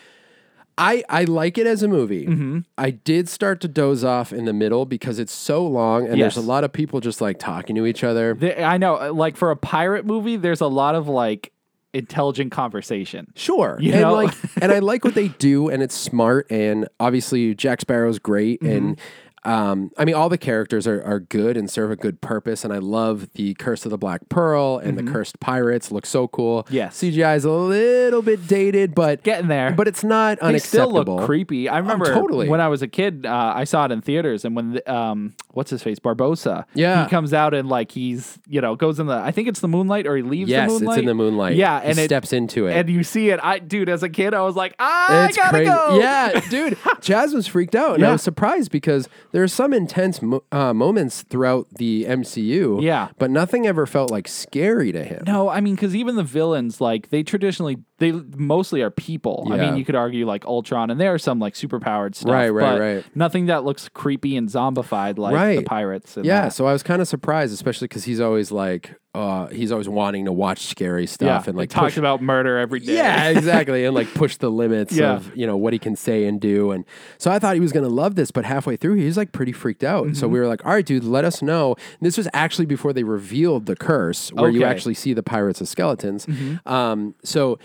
I I like it as a movie. Mm-hmm. I did start to doze off in the middle because it's so long, and Yes. there's a lot of people just like talking to each other. They, I know, uh, like for a pirate movie, there's a lot of like intelligent conversation. Sure. You and know? like and I like what they do and it's smart and obviously Jack Sparrow's great Mm-hmm. and um, I mean all the characters are, are good and serve a good purpose and I love the Curse of the Black Pearl and the Cursed Pirates look so cool. Mm-hmm. Yes. CGI is a little bit dated but Getting there. But it's not They still unacceptable. Oh, look creepy. I remember totally. when I was a kid, uh, I saw it in theaters, and when the, um, what's his face, Barbosa, Yeah. he comes out and like he's you know goes in the, I think it's the moonlight, or he leaves. Yes, the it's in moonlight. the moonlight. Yeah, He and it- steps into it. and you see it. I dude, as a kid, I was like, "Ah, I gotta go. Yeah, dude, Jazz was freaked out, and I Yeah. was surprised because there are some intense mo- uh, moments throughout the MCU. Yeah. but nothing ever felt like scary to him. No, I mean, because even the villains, like they traditionally, they mostly are people. I Yeah. mean, you could argue like Ultron, and there are some like superpowered stuff, Right, right, but right. Nothing that looks creepy and zombified like the Right. pirates. And Yeah, that. so I was kind of surprised, especially because he's always like, uh, he's always wanting to watch scary stuff and like it talks push- about murder every day. Yeah, exactly. And like push the limits Yeah. of, you know, what he can say and do. And so I thought he was going to love this, but halfway through, he was like pretty freaked out. Mm-hmm. So we were like, all right, dude, let us know. And this was actually before they revealed the curse, where you Okay. Mm-hmm. actually see the pirates as skeletons. Um, so.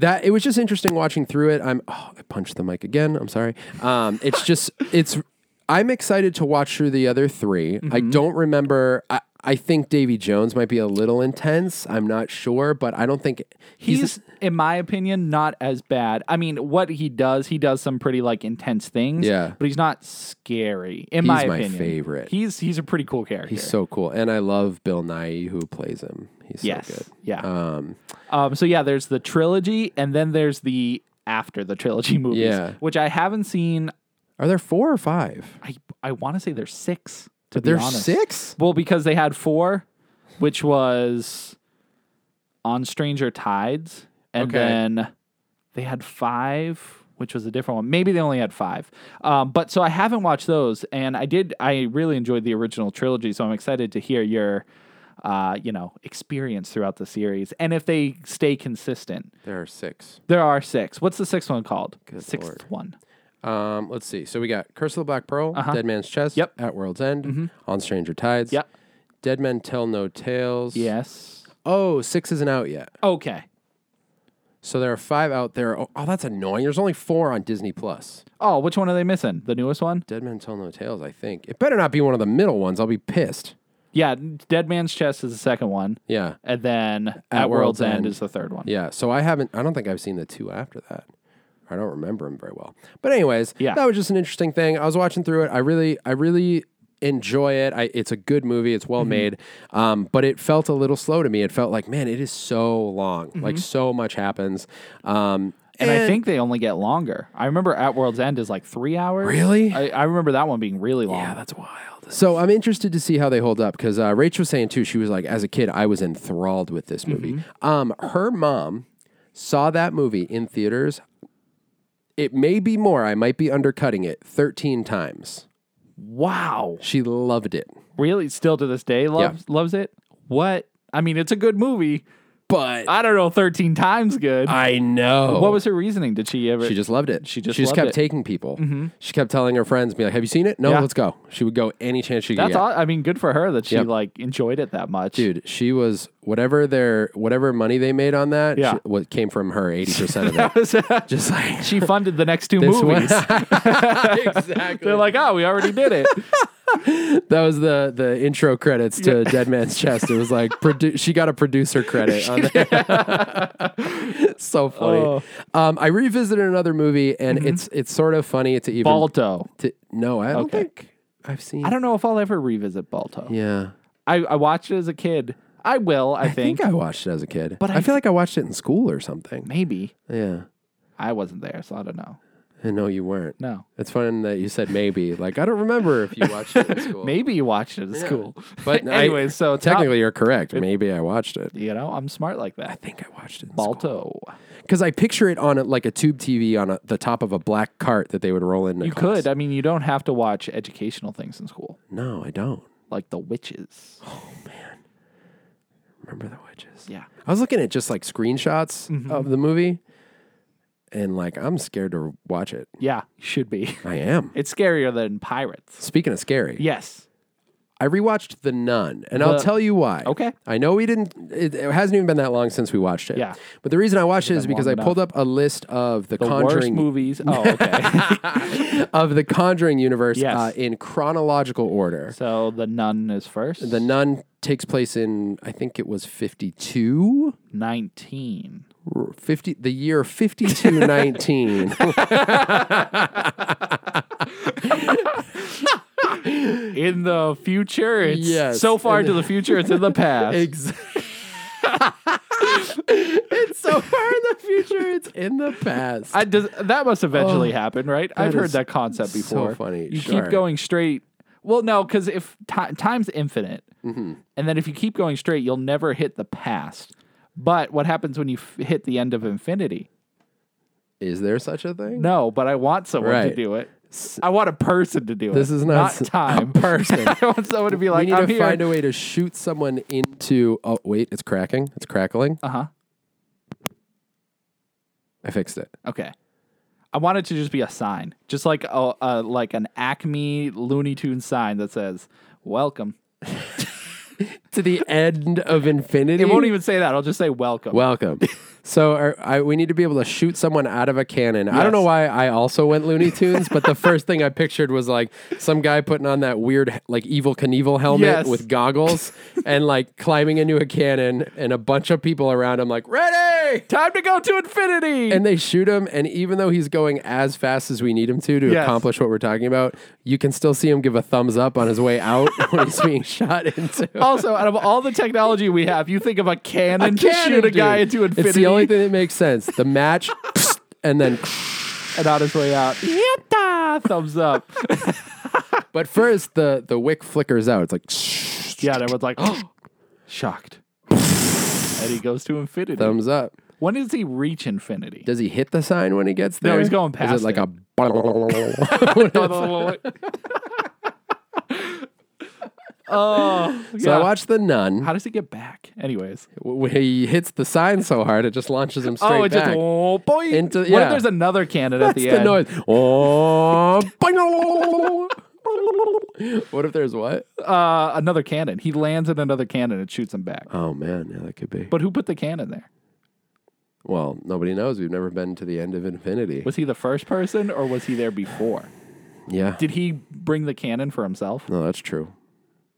That it was just interesting watching through it. I'm oh, I punched the mic again. I'm sorry. Um, it's just it's I'm excited to watch through the other 3 I Mm-hmm. don't remember. I, I think Davy Jones might be a little intense. I'm not sure, but I don't think he's, in my opinion not as bad i mean what he does he does some pretty like intense things Yeah. but he's not scary in He's my my opinion favorite. he's he's a pretty cool character He's so cool, and I love Bill Nye who plays him. He's yes so good. yeah Um, um so yeah there's the trilogy and then there's the after the trilogy movies Yeah. which i haven't seen are there four or five? i i want to say there's six to be There's honest. six. well because they had four which was on stranger tides and Okay. then they had five which was a different one maybe they only had five um, but so i haven't watched those and i did i really enjoyed the original trilogy so i'm excited to hear your uh, you know experience throughout the series and if they stay consistent There are six. there are six what's the sixth one called sixth lord. one Um, let's see. So we got Curse of the Black Pearl, Uh-huh. Dead Man's Chest, Yep. Mm-hmm. At World's End, On Stranger Tides, Yep. Dead Men Tell No Tales. yes Oh, six isn't out yet. okay So there are five out there. Oh, oh, that's annoying. There's only four on Disney Plus. oh which one are they missing the newest one Dead Men Tell No Tales. I think it better not be one of the middle ones. I'll be pissed. yeah dead man's chest is the second one Yeah. And then At, World's, End, is the third one. Yeah, so I haven't. I don't think I've seen the two after that. I don't remember them very well. But anyways, Yeah. that was just an interesting thing. I was watching through it. I really, I really enjoy it. I, it's a good movie. It's well Mm-hmm. made. Um, but it felt a little slow to me. It felt like, man, it is so long. Like so much happens. Um, Mm-hmm. And, I think they only get longer. I remember At World's End is like three hours. Really? I, I remember that one being really long. Yeah, that's wild. So I'm interested to see how they hold up because uh, Rachel was saying too. She was like, as a kid, I was enthralled with this movie. Mm-hmm. Um, her mom saw that movie in theaters. It may be more. I might be undercutting it. Thirteen times. wow. She loved it, Really? Still to this day loves loves it? What? I mean, it's a good movie. but I don't know, 13 times good. I know What was her reasoning? Did she ever? She just loved it. She just loved kept it. Mm-hmm. taking people. She kept telling her friends, "Be like, have you seen it? No, Yeah. let's go." She would go any chance she could. That's get. all. I mean, good for her that she Yep. like enjoyed it that much. Dude, she was whatever their whatever money they made on that. Yeah. she- what came from her eighty percent of it. just like she funded the next two This one- movies. exactly. They're like, oh, we already did it. that was the the intro credits to Dead Man's Chest. It was like produ- she got a producer credit on there. so funny. Oh. Um, I revisited another movie, and Mm-hmm. it's it's sort of funny to even Balto. to- no, I don't Okay. think I've seen. I don't know if I'll ever revisit Balto. Yeah, I, I watched it as a kid. I will, I, I think, think. I watched it as a kid, But but I, I feel like I watched it in school or something. Maybe. Yeah, I wasn't there, so I don't know. and no, you weren't. No. It's funny that you said maybe. Like I don't remember if you watched it in school. Maybe you watched it at school. but I- anyway, so top- technically you're correct. Maybe I watched it. you know, I'm smart like that. I think I watched it. in school. Balto. Because I picture it on a, like a tube TV on a, the top of a black cart that they would roll into. You class. could. I mean, you don't have to watch educational things in school, No, I don't. like The Witches. Remember the witches? Yeah. I was looking at just like screenshots Mm-hmm. of the movie, and like I'm scared to watch it. Yeah, you should be. I am. It's scarier than Pirates. Speaking of scary, Yes. I rewatched The Nun, and I'll The- tell you why. Okay. I know we didn't. It, it hasn't even been that long since we watched it. Yeah. But the reason I watched it is been long because I enough. pulled up a list of the, The worst Conjuring movies. Oh, okay. of the Conjuring universe Yes. uh, in chronological order. so the nun is first. The Nun takes place in I think it was 52 nineteen. 50 the year 5219. In the future, it's Yes, so far in to the future, it's in the past. exactly. it's so far in the future, it's in the past. I does, that must eventually happen, right? I've Oh, that heard is that concept so before. funny, You sure. keep going straight. Well, no, because if ti time's infinite, Mm-hmm. and then if you keep going straight, you'll never hit the past. But what happens when you f- hit the end of infinity? Is there such a thing? No, but I want someone Right. to do it. I want a person to do it. This is not, not time. A person. I want someone to be we like, need I'm to here. find a way to shoot someone into. Oh wait, it's cracking. It's crackling. uh huh. I fixed it. Okay. I want it to just be a sign, just like a, a like an Acme Looney Tune sign that says "Welcome." To the end of infinity. It won't even say that. I'll just say "Welcome." Welcome. So are, I, we need to be able to shoot someone out of a cannon. I don't know Yes. why I also went Looney Tunes, but the first thing I pictured was like some guy putting on that weird like evil Knievel helmet Yes. with goggles and like climbing into a cannon and a bunch of people around him like ready. Time to go to infinity. And they shoot him, and even though he's going as fast as we need him to to Yes. accomplish what we're talking about, you can still see him give a thumbs up on his way out when he's being shot into. also, out of all the technology we have, you think of a cannon to cannon, shoot a dude. guy into infinity It's the only thing that makes sense. The match, and then. and on his way out. Yitta! Thumbs up. But first, the the wick flickers out. It's like yeah, and everyone's like, oh, shocked. and he goes to infinity. thumbs up. when does he reach infinity? Does he hit the sign when he gets No, there? he's going Is past it like it. a? oh, so yeah. I watched the nun. How does he get back? Anyways. When he hits the sign so hard, it just launches him straight oh, it back. just oh boy. Into- What yeah. if there's another cannon at That's the the, end? noise. Oh, boing. what if there's what? Uh, another cannon. He lands in another cannon and shoots him back. Oh man, yeah, that could be. But who put the cannon there? well, nobody knows. We've never been to the end of infinity. Was he the first person or was he there before? yeah. Did he bring the cannon for himself no, that's true.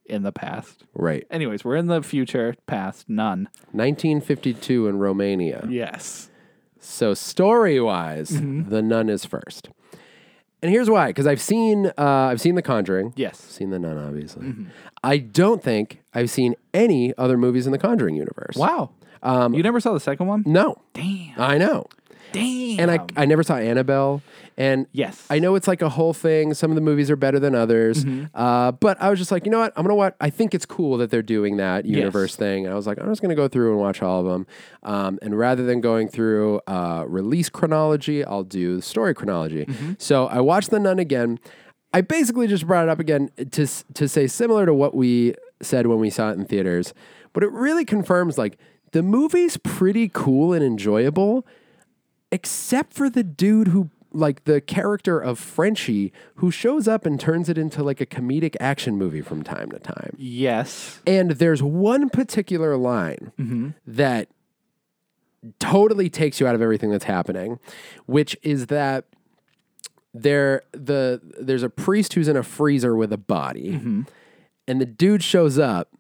in the past? Right. Anyways, we're in the future, past, none. 1952 in Romania. Yes. So story wise, Mm-hmm. the nun is first, and here's why: because I've seen uh, I've seen The Conjuring, Yes. seen the nun, obviously. Mm-hmm. I don't think I've seen any other movies in the Conjuring universe. Wow. Um, you never saw the second one? No, Damn. I know, Damn. and I I never saw Annabelle, and Yes. I know it's like a whole thing. Some of the movies are better than others, Mm-hmm. uh, but I was just like, you know what? I'm gonna watch. I think it's cool that they're doing that universe thing, and I was like, I'm just gonna go through and watch all of them. Um, and rather than going through uh, release chronology, I'll do story chronology. So I watched The Nun again. I basically just brought it up again to s- to say similar to what we said when we saw it in theaters, but it really confirms like the movie's pretty cool and enjoyable except for the dude who like the character of Frenchie who shows up and turns it into like a comedic action movie from time to time. Yes. And there's one particular line Mm-hmm. that totally takes you out of everything that's happening, which is that there the there's a priest who's in a freezer with a body, Mm-hmm. and the dude shows up,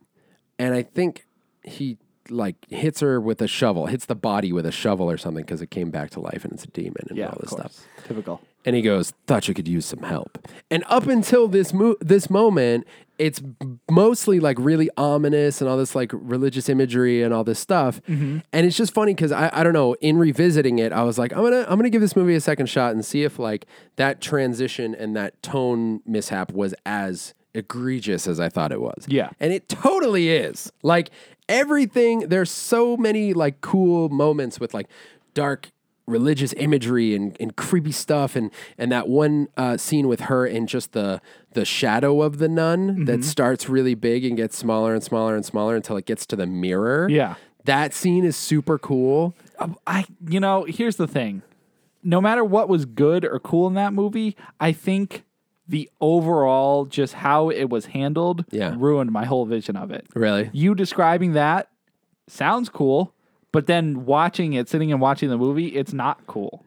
and I think he like hits her with a shovel, hits the body with a shovel or something because it came back to life and it's a demon and Yeah. all of this course. stuff Typical. and he goes, "Thought you could use some help." And up until this mo- this moment, it's mostly like really ominous and all this like religious imagery and all this stuff. And it's just funny because I, I don't know. In revisiting it, I was like, I'm gonna I'm gonna give this movie a second shot and see if like that transition and that tone mishap was as egregious as I thought it was. Yeah. And it totally is. Like everything, there's so many like cool moments with like dark religious imagery and, and creepy stuff and and that one uh, scene with her and just the the shadow of the nun that starts really big and gets smaller and smaller and smaller until it gets to the mirror. Yeah. That scene is super cool. Um, I you know, here's the thing. No matter what was good or cool in that movie, I think the overall just how it was handled Yeah. ruined my whole vision of it. Really? You describing that sounds cool, but then watching it, sitting and watching the movie, it's not cool.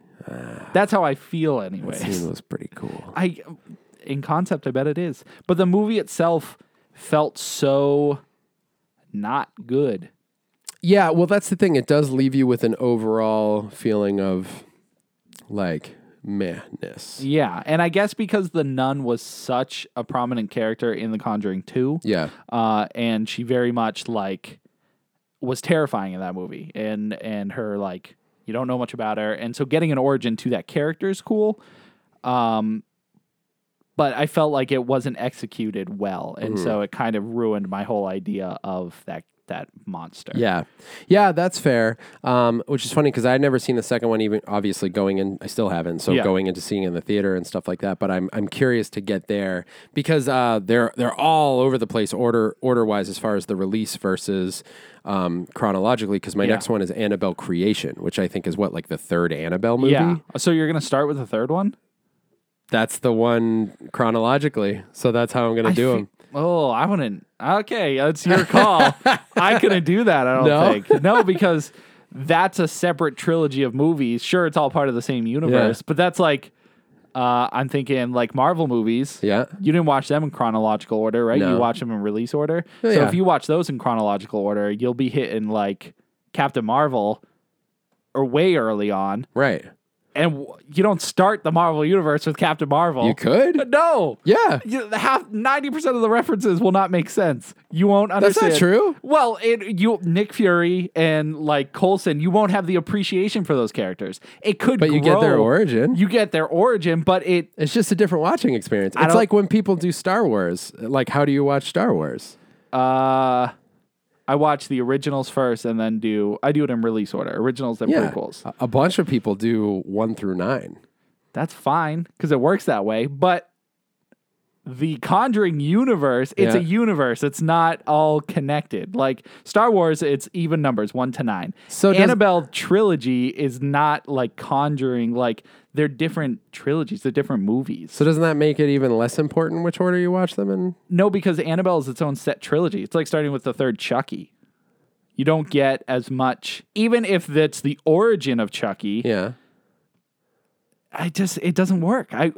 That's how I feel, anyways. It was pretty cool. I, in concept, I bet it is, but the movie itself felt so not good. Yeah, well, that's the thing. It does leave you with an overall feeling of like madness. Yeah, and I guess because the nun was such a prominent character in The Conjuring Two, Yeah. uh, and she very much like was terrifying in that movie, and and her like you don't know much about her, and so getting an origin to that character is cool, um, but I felt like it wasn't executed well, and Mm-hmm. so it kind of ruined my whole idea of that that monster. Yeah, yeah, that's fair. Um, which is funny because I had never seen the second one, even obviously going in. I still haven't, so Yeah. going into seeing it in the theater and stuff like that. But I'm I'm curious to get there because uh, they're they're all over the place order order wise as far as the release versus um, chronologically. Because my Yeah. next one is Annabelle Creation, which I think is what like the third Annabelle movie. yeah. So you're gonna start with the third one. That's the one chronologically. So that's how I'm gonna I do fe- them. Oh, I wouldn't. Okay, that's your call. I couldn't do that. I don't No? think. No, because that's a separate trilogy of movies. Sure, it's all part of the same universe, but that's like uh, I'm thinking like Marvel movies. Yeah. You didn't watch them in chronological order, right? No. Oh, You watch them in release order. so yeah. if you watch those in chronological order, you'll be hitting like Captain Marvel or way early on. Right. And w- you don't start the Marvel universe with Captain Marvel. You could. No Yeah. you, the half ninety percent of the references will not make sense. You won't That's understand. not true. Well, it you Nick Fury and like Colson, you won't have the appreciation for those characters. It could, But you get their grow. origin. You get their origin, but it It's just a different watching experience. I It's don't- like when people do Star Wars. Like, how do you watch Star Wars? uh, I watch the originals first and then do I do it in release order, originals then prequels. A- A bunch of people do one through nine. That's fine because it works that way, but. The Conjuring universe, it's Yeah. a universe. It's not all connected. Like Star Wars, it's even numbers, one to nine. So does- Annabelle trilogy is not like Conjuring. Like they're different trilogies. They're different movies. So doesn't that make it even less important which order you watch them in? no, because Annabelle is its own set trilogy. It's like starting with the third Chucky. You don't get as much, even if that's the origin of Chucky. Yeah. I just it doesn't work. I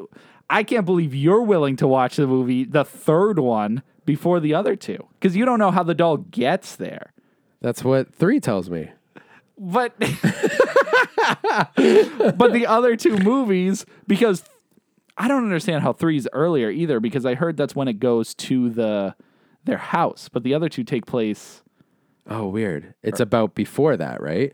I can't believe you're willing to watch the movie, the third one, before the other two, because you don't know how the doll gets there. That's what three tells me. but but the other two movies because I don't understand how three's earlier either because I heard that's when it goes to the their house, but the other two take place. Oh, weird. It's about before that, right?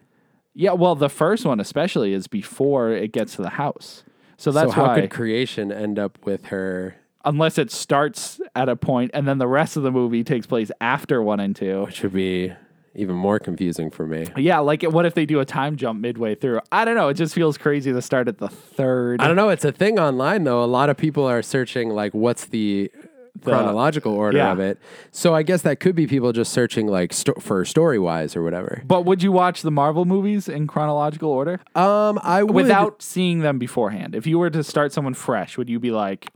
Yeah, well, the first one especially is before it gets to the house, so that's so how why. could creation end up with her? unless it starts at a point and then the rest of the movie takes place after one and two. Which would be even more confusing for me. Yeah, like what if they do a time jump midway through? I don't know. It just feels crazy to start at the third. I don't know. It's a thing online though. A lot of people are searching like, what's the chronological order yeah. of it? So I guess that could be people just searching like sto- for story wise or whatever. But would you watch the Marvel movies in chronological order Um, I would, without seeing them beforehand? If you were to start someone fresh, would you be like,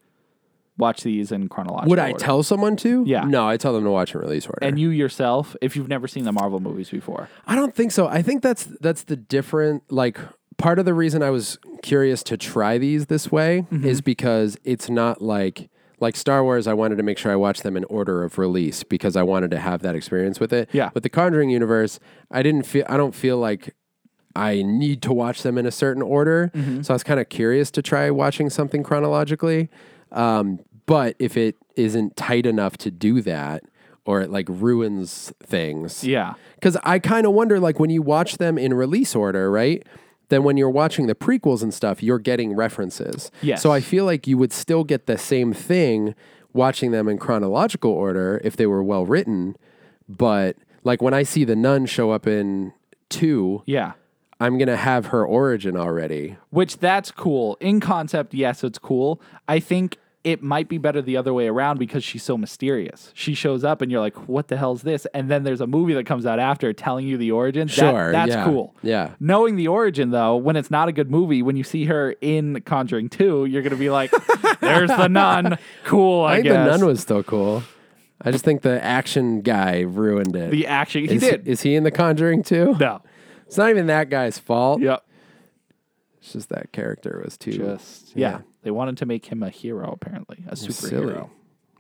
watch these in chronological? Would I order? tell someone to? Yeah. No, I tell them to watch and release order. And you yourself, if you've never seen the Marvel movies before, I don't think so. I think that's that's the different like part of the reason I was curious to try these this way is because it's not like like Star Wars I wanted to make sure I watched them in order of release because I wanted to have that experience with it. Yeah. With the Conjuring universe, I didn't feel I don't feel like I need to watch them in a certain order. So I was kind of curious to try watching something chronologically. Um, but if it isn't tight enough to do that or it like ruins things. yeah, Because I kind of wonder, like, when you watch them in release order, right? Then when you're watching the prequels and stuff, you're getting references. Yes. So I feel like you would still get the same thing watching them in chronological order if they were well written. But like when I see the nun show up in two, yeah. I'm gonna have her origin already. Which that's cool in concept. Yes, it's cool. I think it might be better the other way around because she's so mysterious. She shows up and you're like, what the hell's this? And then there's a movie that comes out after telling you the origin. That- Sure, that's yeah, cool. yeah. Knowing the origin though, when it's not a good movie, when you see her in Conjuring 2, you're gonna be like, there's the nun. Cool, I, I think guess. the nun was still cool. I just think the action guy ruined it. the action. He is, did. Is he in The Conjuring too? no. It's not even that guy's fault. Yep. It's just that character was too Just yeah. Yeah. They wanted to make him a hero, apparently. A superhero. silly.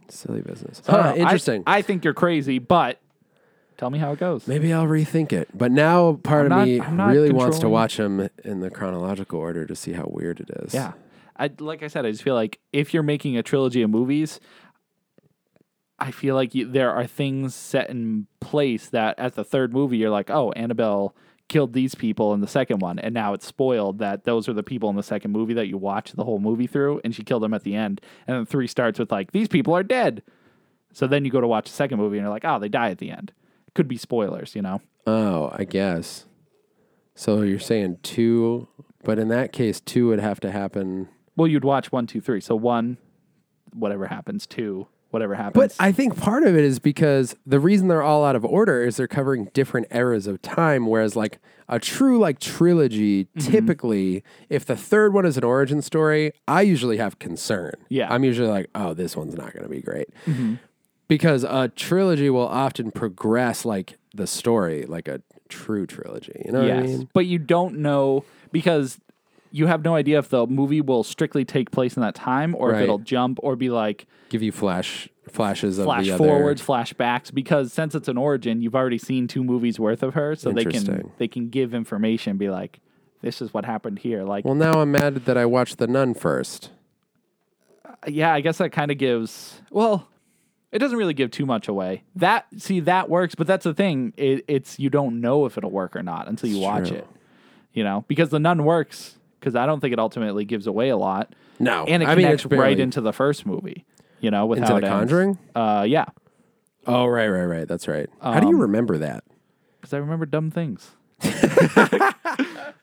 silly business. I don't Huh, know. I- interesting. I, think you're crazy, but tell me how it goes. Maybe I'll rethink it. But now part I'm of not- me I'm not really wants to controlling- watch him in the chronological order to see how weird it is. Yeah. I like I said, I just feel like if you're making a trilogy of movies, I feel like you, there are things set in place that at the third movie you're like, oh, Annabelle killed these people in the second one, and now it's spoiled that those are the people in the second movie that you watch the whole movie through, and she killed them at the end, and then three starts with like these people are dead, so then you go to watch the second movie and you're like, oh, they die at the end. Could be spoilers, you know? Oh, I guess. So you're saying two, but in that case, two would have to happen. Well, you'd watch one, two, three. So one, whatever happens. Two, whatever happens. But I think part of it is because the reason they're all out of order is they're covering different eras of time. Whereas, like a true like trilogy, Mm-hmm. typically, if the third one is an origin story, I usually have concern. Yeah. Mm-hmm. I'm usually like, oh, this one's not going to be great, because a trilogy will often progress like the story, like a true trilogy. You know what I mean? but you don't know because you have no idea if the movie will strictly take place in that time or if Right. it'll jump or be like Give you flash flashes of flash the other. forwards, flashbacks. Because since it's an origin, you've already seen two movies worth of her, so they can Interesting. they can give information, be like, this is what happened here. Like, Well, now I'm mad that I watched the Nun first. yeah, I guess that kind of gives well. It doesn't really give too much away. That see that works, but that's the thing. It, it's you don't know if it'll work or not until you watch true. it. You know, because the nun works because I don't think it ultimately gives away a lot. No, and it I mean, connects it's barely- right into the first movie. You know, with Into how The it ends. Conjuring? Uh, yeah, Oh, right, right, right. That's right. How do you remember that? because I remember dumb things.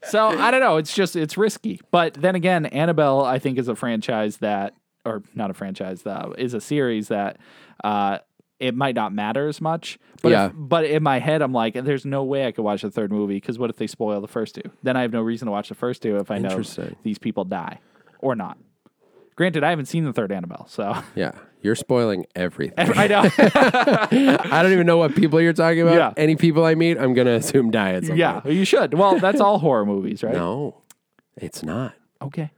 so I don't know. It's just it's risky. But then again, Annabelle I think is a franchise that, or not a franchise though, is a series that uh, it might not matter as much. But if- Yeah. but in my head, I'm like, there's no way I could watch the third movie because what if they spoil the first two? Then I have no reason to watch the first two if I know Interesting. these people die or not. Granted, I haven't seen the third Annabelle, so Yeah, you're spoiling everything. I know. I don't even know what people you're talking about. Yeah. Any people I meet, I'm gonna assume die at some Yeah, point. you should. Well, that's all horror movies, right? No, it's not. Okay.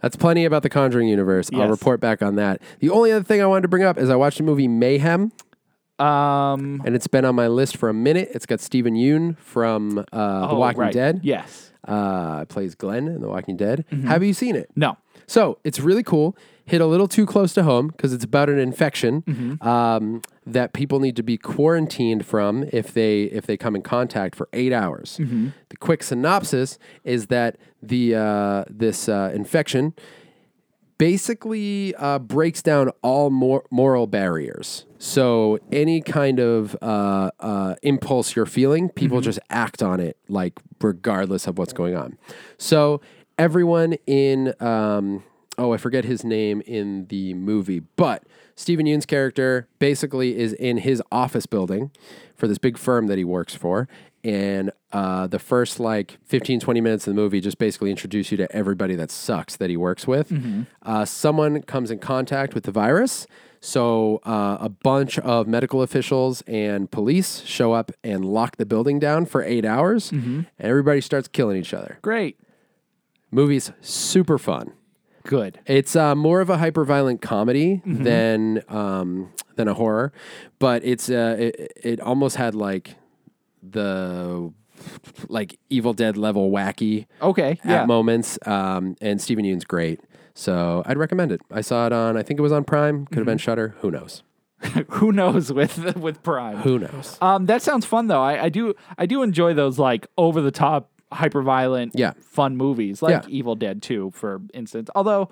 That's plenty about the Conjuring universe. I'll Yes. report back on that. The only other thing I wanted to bring up is I watched the movie Mayhem, Um, and it's been on my list for a minute. It's got Stephen Yoon from uh, The oh, Walking right. Dead. Yes. uh, plays Glenn in The Walking Dead. Have you seen it? No. So it's really cool. Hit a little too close to home because it's about an infection um, that people need to be quarantined from if they if they come in contact for eight hours. The quick synopsis is that the uh, this uh, infection basically uh, breaks down all mor- moral barriers. So any kind of uh, uh, impulse you're feeling, people just act on it, like regardless of what's going on. So everyone in um, oh, I forget his name in the movie, but Stephen Yoon's character basically is in his office building for this big firm that he works for. And uh, the first like 15, 20 minutes of the movie just basically introduce you to everybody that sucks that he works with. Uh, someone comes in contact with the virus. So uh, a bunch of medical officials and police show up and lock the building down for eight hours. And everybody starts killing each other. Great. Movie's super fun. Good. It's uh, more of a hyper-violent comedy than um, than a horror, but it's uh, it, it almost had like the like Evil Dead level wacky Okay. at Oh, Yeah. moments. Um, and Stephen Yoon's great, so I'd recommend it. I saw it on I think it was on Prime, could have been Shutter. Who knows? Who knows with with Prime? Who knows? Um, that sounds fun though. I, I do I do enjoy those like over the top, hyper violent, Yeah. fun movies like Yeah. Evil Dead Two, for instance. Although,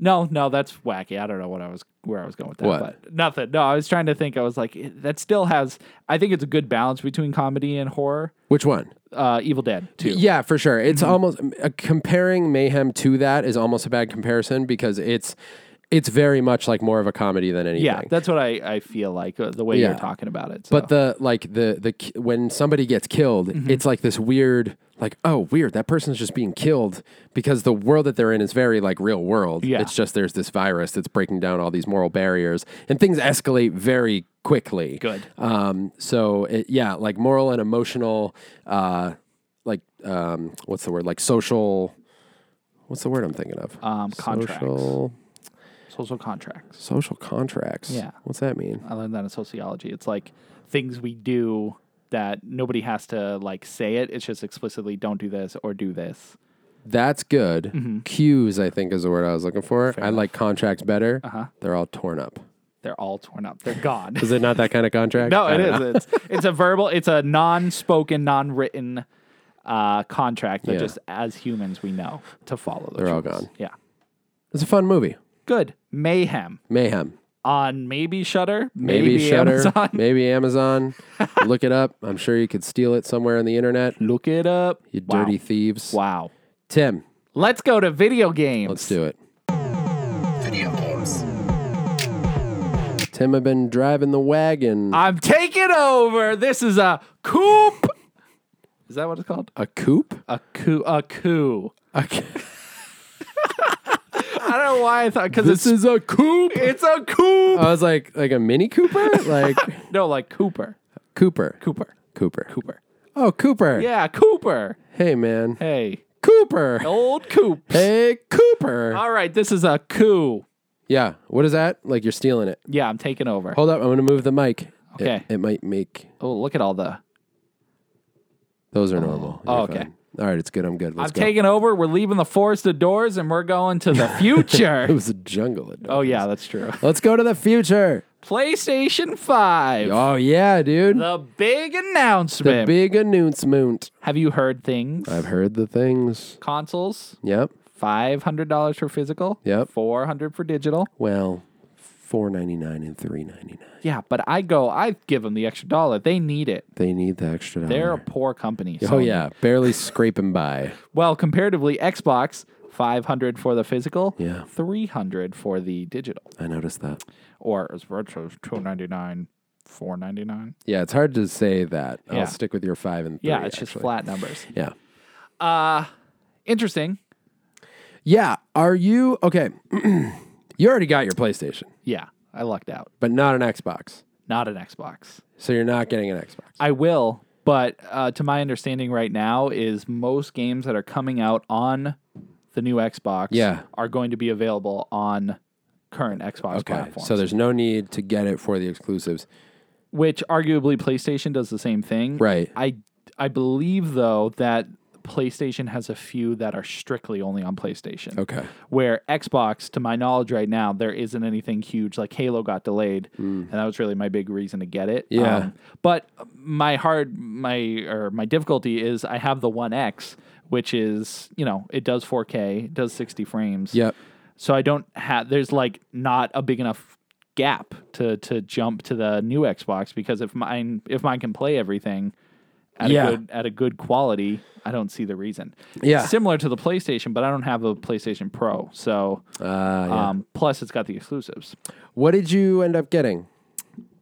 no, no, that's wacky. I don't know what I was where I was going with that. What? But nothing. No, I was trying to think. I was like, it- that still has. I think it's a good balance between comedy and horror. Which one? Uh, Evil Dead Two. Yeah, for sure. It's almost uh, comparing Mayhem to that is almost a bad comparison because it's it's very much like more of a comedy than anything. Yeah, that's what I, I feel like uh, the way Yeah. you're talking about it. so. But the like the the ki- when somebody gets killed, Mm-hmm. it's like this weird like oh weird that person's just being killed because the world that they're in is very like real world. Yeah. It's just there's this virus that's breaking down all these moral barriers and things escalate very quickly. Good. Um so it, yeah, like moral and emotional uh like um what's the word like social what's the word I'm thinking of? Um, contracts. Social social contracts. social contracts. Yeah. What's that mean? I learned that in sociology. It's like things we do that nobody has to like say it. It's just explicitly don't do this or do this. That's good. Mm-hmm. Cues, I think, is the word I was looking for. I like contracts better. Uh-huh. They're all torn up. They're all torn up. They're gone. Is it not that kind of contract? no, I it don't is. know. It's it's a verbal. It's a non-spoken, non-written uh, contract that Yeah. just as humans we know to follow. The They're all rules. gone. Yeah. It's a fun movie. Good. Mayhem Mayhem. on maybe Shutter. Maybe, Shutter. Amazon. Maybe Amazon. Look it up. I'm sure you could steal it somewhere on the internet. Look it up. You Wow. dirty thieves. Wow. Tim, Let's go to video games. let's do it. Video games. Tim, I've been driving the wagon. I'm taking over. This is a coup. Is that what it's called? a coupe? A coup. A coup. A c- I don't know why I thought because this it's is a coupe. it's a coup. I was like, like a Mini Cooper, like no, like Cooper. Cooper, Cooper. Cooper, Cooper. Oh, Cooper. Yeah, Cooper. Hey, man. Hey, Cooper. old Coop. Hey, Cooper. All right, this is a coup. Yeah. What is that? Like you're stealing it. Yeah, I'm taking over. Hold up. I'm going to move the mic. It- Okay. It, might make Oh, look at all the. those are normal. Oh, You're okay. fine. All right. It's good. I'm good. Let's I'm go. taking over. We're leaving the forest of doors, and we're going to the it future. was a jungle. of oh dogs. yeah, that's true. Let's go to the future. PlayStation Five. Oh, yeah, dude. The, The big announcement. big announcement. Have you heard things? I've heard the things. Consoles, Yep. five hundred dollars for physical. Yep. Four hundred for digital. Well, four ninety nine and three ninety nine. Yeah, but I go. I give them the extra dollar. They need it. They need the extra dollar. They're a poor company. oh, Sony. yeah. Barely scraping by. Well, comparatively, Xbox five hundred for the physical. Yeah. Three hundred for the digital, I noticed that. or as retro two ninety nine, four ninety nine. Yeah. It's hard to say that. Yeah. I'll stick with your five and three. Yeah, it's just actually. flat numbers. Uh, Yeah. Interesting. Yeah. Are you okay? you already got your PlayStation, Yeah, I lucked out. but not an Xbox. Not an Xbox. So you're not getting an Xbox. I will, but uh, to my understanding right now is most games that are coming out on the new Xbox Yeah. are going to be available on current Xbox Okay. platforms. So there's no need to get it for the exclusives. which arguably PlayStation does the same thing. Right. I I believe though that PlayStation has a few that are strictly only on PlayStation. Okay. Where Xbox, to my knowledge right now, there isn't anything huge. Like Halo got delayed, and that was really my big reason to get it. Um, Yeah. but my hard my or my difficulty is I have the One X, which is you know it does 4K, it does 60 frames. Yep. So I don't have there's like not a big enough gap to to jump to the new Xbox because if mine if mine can play everything at Yeah. a good at a good quality, I don't see the reason. Yeah. Similar to the PlayStation, but I don't have a PlayStation Pro. So Uh, yeah. um plus it's got the exclusives. What did you end up getting?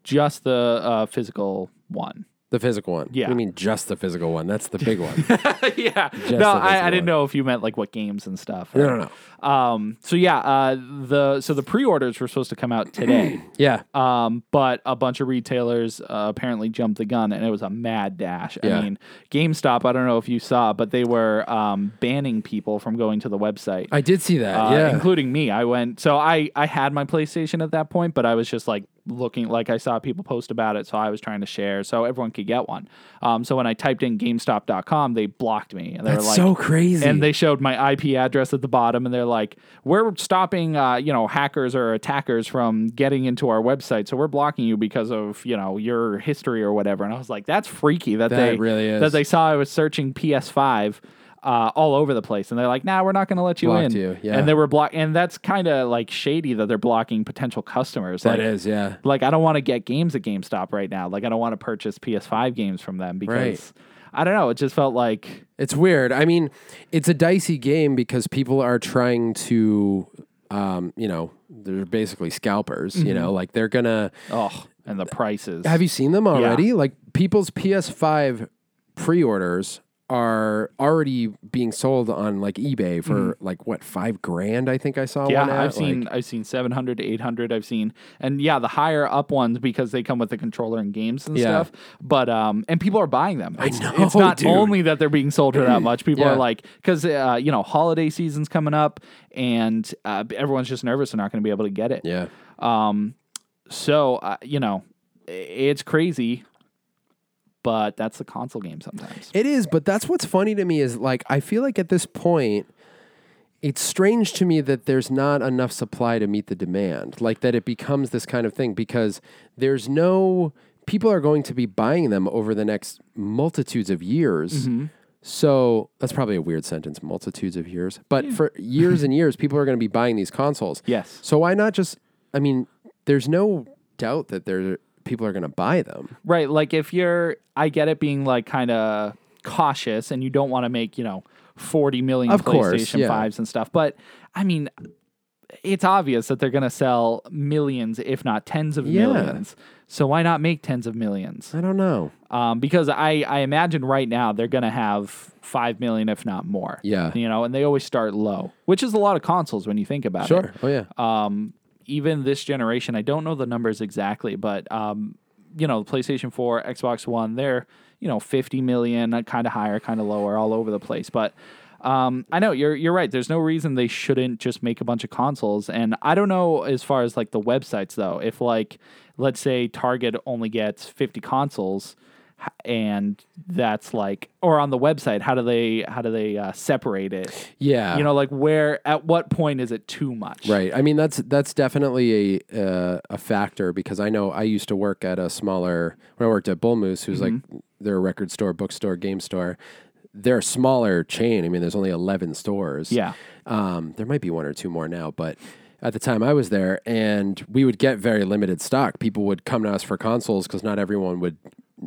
Just the uh, physical one. The physical one. Yeah. I mean, just the physical one. That's the big one. yeah. the No, I, I physical didn't one. know if you meant like what games and stuff. no, no, no. Um so yeah, uh the so the pre-orders were supposed to come out today. Yeah. Um, but a bunch of retailers uh, apparently jumped the gun, and it was a mad dash. Yeah. I mean, GameStop. I don't know if you saw, but they were um, banning people from going to the website, I did see that. uh, yeah. including me. I went, so I I had my PlayStation at that point, but I was just like looking, like I saw people post about it, so I was trying to share so everyone could get one. Um, so when I typed in GameStop.com, they blocked me, and they That's were like, so crazy. and they showed my IP address at the bottom, and they're like, "We're stopping, uh, you know, hackers or attackers from getting into our website, so we're blocking you because of you know your history or whatever." And I was like, "That's freaky that, That they really is. that they saw I was searching PS5." Uh, all over the place, and they're like, "Nah, we're not going to let you Blocked in." you, yeah. And they were block, and that's kind of like shady that they're blocking potential customers. That like, is, yeah. like I don't want to get games at GameStop right now. Like I don't want to purchase PS5 games from them because Right. I don't know. It just felt like It's weird. I mean, it's a dicey game because people are trying to um, you know, they're basically scalpers. Mm-hmm. You know, like they're gonna. Oh, and the prices. Have you seen them already? Like people's PS5 pre-orders are already being sold on like eBay for like what five grand? I think I saw Mm-hmm. yeah, one. At. I've seen Like, I've seen 700 to 800 I've seen. And yeah, the higher up ones because they come with the controller and games and Yeah. stuff. But um and people are buying them. It's, know, it's not dude. only that they're being sold for that much. People Yeah. are like cuz uh, you know, holiday season's coming up and uh, everyone's just nervous they're not going to be able to get it. yeah. So, uh, you know, i- it's crazy. But that's the console game sometimes. It is, but that's what's funny to me is like I feel like at this point it's strange to me that there's not enough supply to meet the demand. Like that it becomes this kind of thing because there's no people are going to be buying them over the next multitudes of years. Mm-hmm. So that's probably a weird sentence, multitudes of years. But for years and years, people are going to be buying these consoles. Yes. So why not just I mean, there's no doubt that there people are going to buy them. Right. Like if you're, I get it being like kind of cautious and you don't want to make, you know, 40 million Of PlayStation course, yeah. 5s and stuff. But I mean, it's obvious that they're going to sell millions, if not tens of Yeah. millions. So why not make tens of millions? I don't know. Um, because I, I imagine right now they're going to have 5 million, if not more. Yeah. You know, and they always start low, which is a lot of consoles when you think about it Sure. Oh yeah. um, even this generation, I don't know the numbers exactly, but um, you know, PlayStation 4, Xbox One, they're you know 50 million, kind of higher, kind of lower, all over the place. But um, I know you're you're right. There's no reason they shouldn't just make a bunch of consoles. And I don't know as far as like the websites though. If like let's say Target only gets 50 consoles, h- and that's like or on the website, how do they how do they uh, separate it? yeah. You know, like where at what point is it too much? Right. I mean, that's that's definitely a uh, a factor because I know I used to work at a smaller when I worked at Bull Moose, who's Mm-hmm. like their record store, bookstore, game store. They're a smaller chain. I mean, there's only eleven stores. Yeah. Um, there might be one or two more now, but at the time I was there, and we would get very limited stock. People would come to us for consoles because not everyone would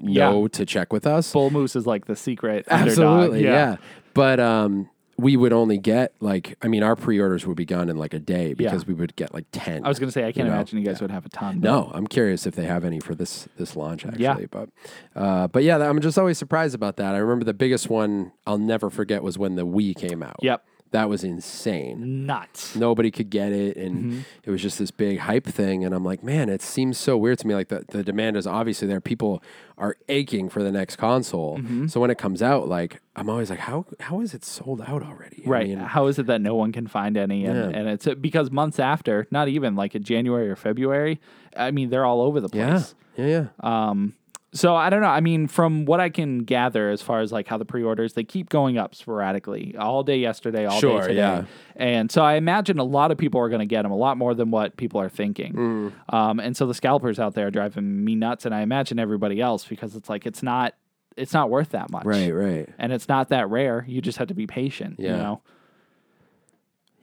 Yeah. know to check with us. Bull Moose is like the secret Absolutely, underdog. yeah. But um, we would only get like I mean, our pre-orders would be gone in like a day because we would get like ten. I was gonna say I can't know, imagine you guys would have a ton. but- No, I'm curious if they have any for this this launch actually. Yeah. But uh, but yeah, I'm just always surprised about that. I remember the biggest one I'll never forget was when the Wii came out. Yep. That was insane. nuts. Nobody could get it, and Mm-hmm. it was just this big hype thing. And I'm like, man, it seems so weird to me. Like the, the demand is obviously there. People are aching for the next console. Mm-hmm. So when it comes out, like I'm always like, how how is it sold out already? I Right? mean, Ah, How is it that no one can find any? And, Yeah. and it's because months after, not even like in January or February. I mean, they're all over the yeah, place. yeah, yeah. Um, So I don't know. I mean, from what I can gather, as far as like how the pre-orders, they keep going up sporadically. All day yesterday, all Sure, day today, yeah. and so I imagine a lot of people are going to get them. A lot more than what people are thinking. Mm. Um, and so the scalpers out there are driving me nuts, and I imagine everybody else because it's like it's not it's not worth that much, right, right. And it's not that rare. You just have to be patient. You Yeah. know.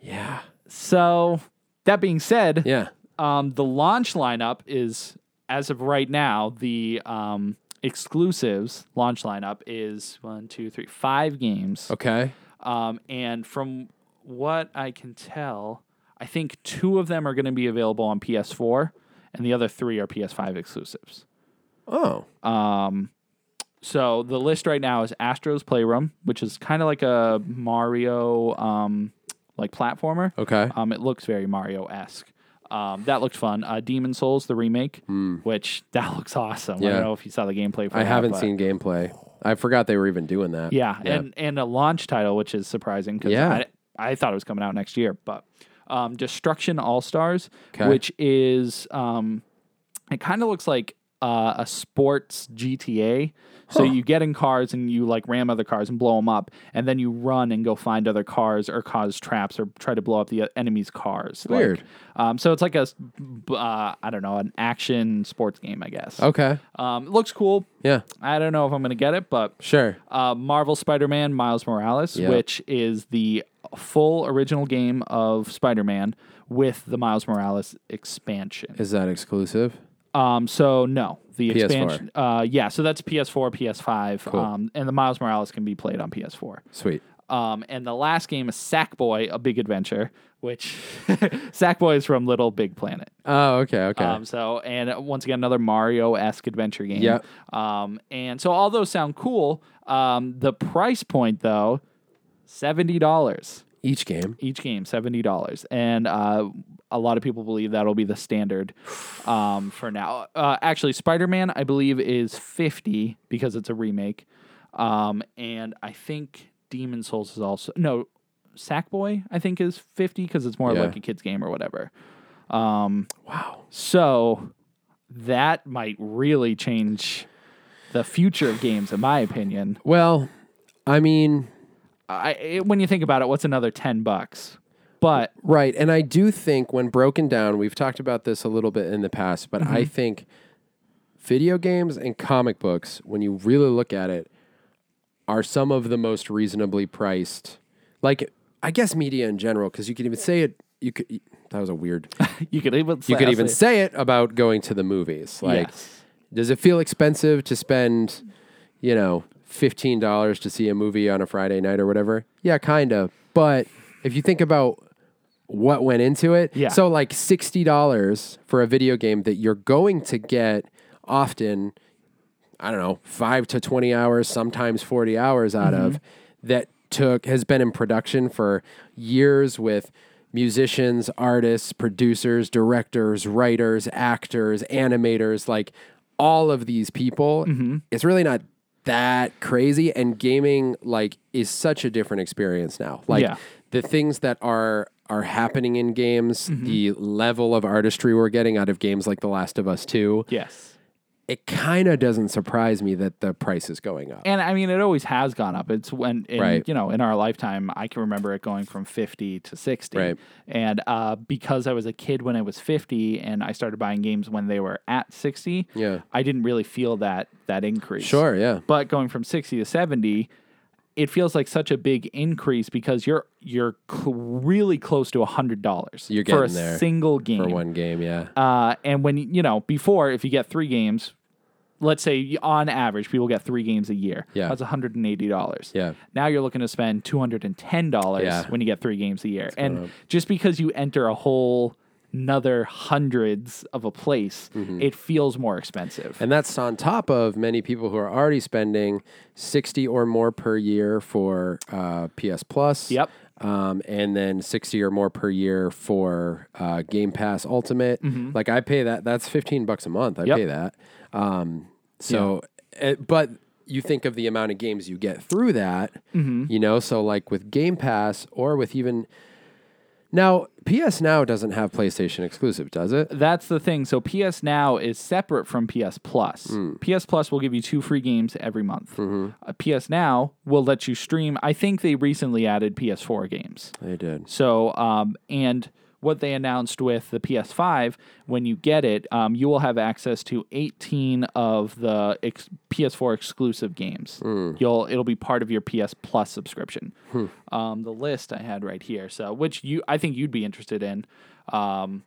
Yeah, So that being said, yeah. um, the launch lineup is as of right now the um, exclusives launch lineup is one two three five games Okay. um, and from what i can tell i think two of them are going to be available on ps4 and the other three are ps5 exclusives Oh, so the list right now is astro's playroom which is kind of like a mario um, like platformer okay. um, it looks very Mario esque. Um, that looked fun. Uh, Demon Souls, the remake, which that looks awesome. I Hmm. Yeah. don't know if you saw the gameplay. For I that, haven't but- seen gameplay. I forgot they were even doing that. Yeah, and and a launch title, which is surprising because Yeah. I, I thought it was coming out next year, but um, Destruction All Stars, 'Kay. which is um, it kind of looks like uh, a sports GTA. So you get in cars and you like ram other cars and blow them up, and then you run and go find other cars or cause traps or try to blow up the uh, enemy's cars. Like, Weird. um, so it's like a, s- b- uh, I don't know, an action sports game, I guess. okay. Um, it looks cool. Yeah. I don't know if I'm gonna get it, but Sure. uh, Marvel Spider Man Miles Morales, Yeah. which is the full original game of Spider Man with the Miles Morales expansion. Is that exclusive? Um, so no, the PS4. expansion. Uh, yeah, so that's PS4, PS5, um, and the Miles Morales can be played on PS4. Sweet. Um, and the last game is Sackboy: A Big Adventure, which Sackboy is from Little Big Planet. Oh, okay, okay. Um, so and uh, once again another Mario esque adventure game. Yep. Um, and so all those sound cool. Um, the price point though, seventy dollars Each game. each game, seventy dollars, and uh, a lot of people believe that'll be the standard um, for now. Uh, actually, Spider Man I believe is fifty because it's a remake, um, and I think Demon Souls is also no. Sackboy, I think, is fifty because it's more of Yeah. like a kids game or whatever. Um, Wow. so that might really change the future of games, in my opinion. Well, I mean, I, it, when you think about it, what's another ten bucks? But Right. And I do think when broken down, we've talked about this a little bit in the past, but I think video games and comic books, when you really look at it, are some of the most reasonably priced. Like, I guess media in general, because you could even say it. You could. That was a weird. you could even You could even say, say it about going to the movies. Like, Yes. does it feel expensive to spend, you know, fifteen dollars to see a movie on a Friday night or whatever? Yeah, kinda. But if you think about what went into it, Yeah. So like sixty dollars for a video game that you're going to get often, I don't know, five to twenty hours, sometimes forty hours out of that took has been in production for years with musicians, artists, producers, directors, writers, actors, animators, like all of these people. It's really not that crazy and gaming like is such a different experience now. Like Yeah. the things that are are happening in games, the level of artistry we're getting out of games like The Last of Us 2, yes. it kind of doesn't surprise me that the price is going up. And I mean, it always has gone up. It's when, in, Right. you know, in our lifetime, I can remember it going from 50 to 60. Right. And uh, because I was a kid when I was 50 and I started buying games when they were at 60, Yeah. I didn't really feel that that increase. Sure, yeah. But going from 60 to 70, it feels like such a big increase because you're you're cl- really close to $100 You're for a getting there single game. For one game, yeah. Uh, and when you know before, if you get three games, let's say you- on average people get three games a year. Yeah. that's one hundred and eighty dollars. Yeah. Now you're looking to spend two hundred and ten dollars Yeah. when you get three games a year, and just because you enter a whole another hundreds of a place, it feels more expensive. Mm-hmm. And that's on top of many people who are already spending 60 or more per year for uh, PS Plus. Yep. Um, and then 60 or more per year for uh, Game Pass Ultimate. Like I pay that, that's 15 bucks a month. I Mm-hmm. Yep. pay that. Um, so, eh, but you think of the amount of games you get through that, Mm-hmm. you know? So, like with Game Pass or with even. Now, PS Now doesn't have PlayStation exclusive, does it? that's the thing. So PS Now is separate from PS Plus. Mm. PS Plus will give you two free games every month. Mm-hmm. Uh, PS Now will let you stream. I think they recently added PS4 games. They did. So, um, and what they announced with the PS5, when you get it, um, you will have access to 18 of the ex- PS4 exclusive games. You'll it'll be part of your PS Plus subscription. Um, the list I had right here, so which you I think you'd be interested in. Um,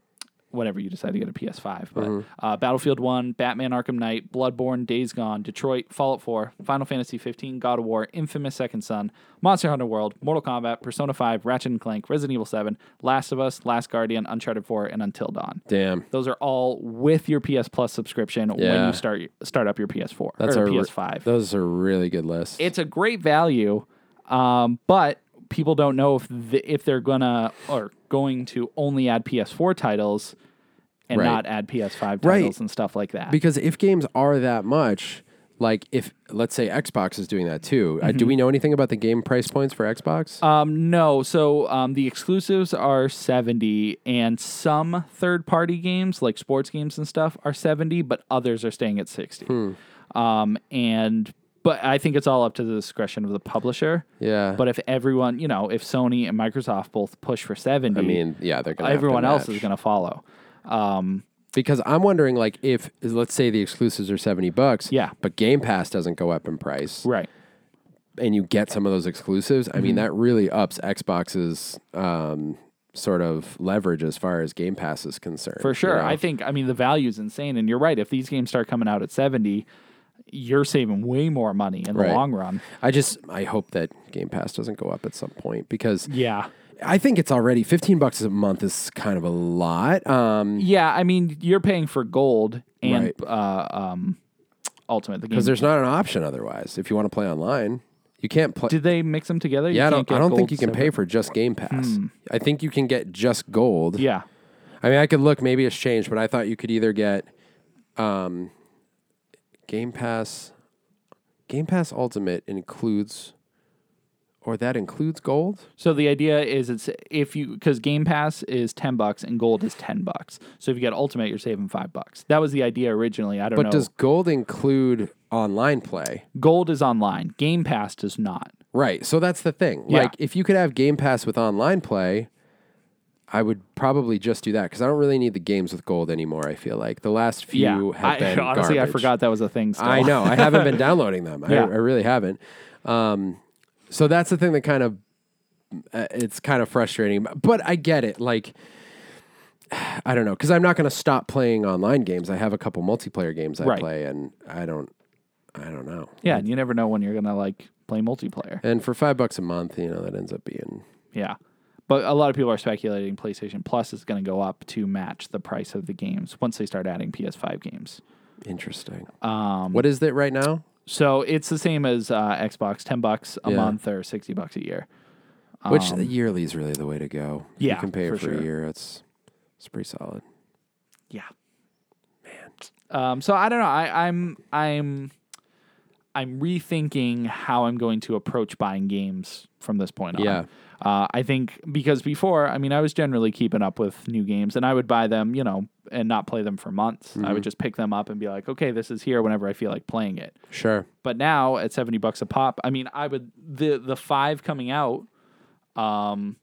whenever you decide to get a PS5. But Mm-hmm. uh, Battlefield 1, Batman Arkham Knight, Bloodborne, Days Gone, Detroit, Fallout 4, Final Fantasy 15, God of War, Infamous Second Son, Monster Hunter World, Mortal Kombat, Persona 5, Ratchet and Clank, Resident Evil 7, Last of Us, Last Guardian, Uncharted 4, and Until Dawn. Damn. Those are all with your PS Plus subscription when Yeah. you start start up your PS4 That's or a re- PS5 Those are really good lists. it's a great value, um, but people don't know if th if they're gonna or going to only add PS4 titles and Right. not add PS5 titles Right. and stuff like that. because if games are that much, like if let's say Xbox is doing that too, uh, do we know anything about the game price points for Xbox? um, no, so um, the exclusives are seventy, and some third party games like sports games and stuff are seventy, but others are staying at sixty. Hmm. Um, and but I think it's all up to the discretion of the publisher. Yeah. But if everyone, you know, if Sony and Microsoft both push for seventy, I mean, yeah, they're gonna. everyone else is gonna going to follow. Um, because I'm wondering like if let's say the exclusives are seventy bucks, Yeah. but Game Pass doesn't go up in price, right. Mm-hmm. and you get some of those exclusives. I mean, that really ups Xbox's um, sort of leverage as far as Game Pass is concerned. For you sure. know? I think, I mean, the value is insane. And you're right. If these games start coming out at 70, you're saving way more money in the Right. long run. I just I hope that Game Pass doesn't go up at some point because Yeah. I think it's already fifteen bucks a month is kind of a lot. Um, Yeah, I mean, you're paying for gold and Right. uh, um, ultimate. The game. because there's not an option otherwise. If you want to play online, you can't play. Did they mix them together? You yeah, I don't. can't get I don't gold think you can separate. pay for just Game Pass. I think you can get just gold. Yeah. I mean, I could look. Maybe it's changed, but I thought you could either get um, Game Pass. Game Pass Ultimate includes, or that includes gold. So the idea is it's if you because Game Pass is ten bucks and Gold is ten bucks. So if you get Ultimate, you're saving five bucks. That was the idea originally. I don't But know. does gold include online play? Gold is online. Game Pass does not. Right. So that's the thing. Yeah. Like, if you could have Game Pass with online play, I would probably just do that because I don't really need the games with gold anymore. I feel like the last few yeah. have I, been honestly, I garbage. forgot that was a thing. Still. I know. I haven't been downloading them. I, Yeah. I really haven't. Um, so that's the thing that kind of uh, it's kind of frustrating, but I get it. Like, I don't know because I'm not going to stop playing online games. I have a couple multiplayer games I Right. play, and I don't, I don't know. yeah, and you never know when you're gonna like play multiplayer. And for five bucks a month, you know that ends up being Yeah. But a lot of people are speculating PlayStation Plus is going to go up to match the price of the games once they start adding PS5 games. interesting. Um, what is it right now? So it's the same as uh, Xbox, ten bucks a Yeah. month or sixty bucks a year. Which the yearly is really the way to go. you um, yeah, can pay it for for a sure. year. It's it's pretty solid. Yeah, man. Um, so I don't know. I, I'm I'm I'm rethinking how I'm going to approach buying games from this point on. Yeah. Uh, I think because before, I mean, I was generally keeping up with new games, and I would buy them, you know, and not play them for months. I would just pick them up and be like, okay, this is here whenever I feel like playing it. Sure. But now at 70 bucks a pop, I mean, I would the the 5 coming out um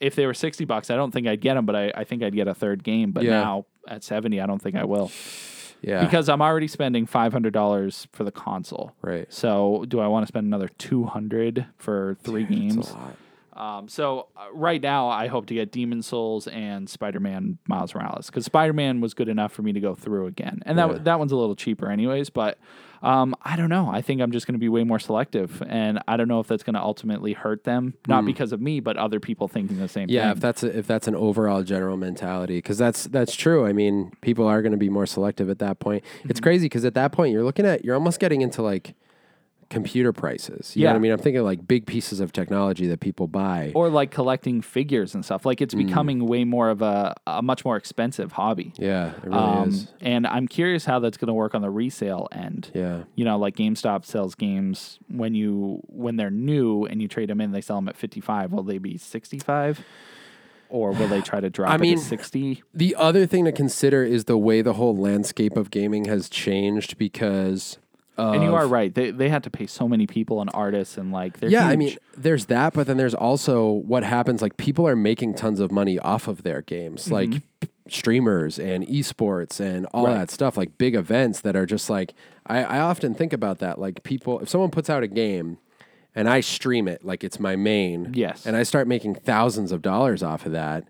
if they were 60 bucks, I don't think I'd get them, but I, I think I'd get a third game, but Yeah. now at 70, I don't think I will Yeah. because I'm already spending $500 for the console. Right. So, do I want to spend another 200 for 3 games? It's a lot. Um, so uh, right now, I hope to get Demon Souls and Spider Man Miles Morales because Spider Man was good enough for me to go through again, and that that one's a little cheaper, anyways. But um, I don't know. I think I'm just going to be way more selective, and I don't know if that's going to ultimately hurt them, not because of me, but other people thinking the same Hmm. Yeah, thing. if that's a, if that's an overall general mentality, because that's that's true. I mean, people are going to be more selective at that point. Mm-hmm. It's crazy because at that point you're looking at you're almost getting into like computer prices. You know what I Yeah. mean? I'm thinking like big pieces of technology that people buy. or like collecting figures and stuff. Like it's becoming way more of a, a much more expensive hobby. yeah, Hmm. it really Um, is. and I'm curious how that's going to work on the resale end. Yeah, you know, like GameStop sells games when you when they're new and you trade them in, they sell them at fifty five. Will they be sixty five, or will they try to drop I it mean- to sixty? The other thing to consider is the way the whole landscape of gaming has changed because And you are right; they they had to pay so many people and artists and like they're yeah, I huge. mean, there's that, but then there's also what happens. Like people are making tons of money off of their games, Mm-hmm. like streamers and esports and all that stuff, like big events that are just like. I, I often think about that. Like people, if someone puts out a game and I stream it, like it's my main, Yes. and I start making thousands of dollars off of that.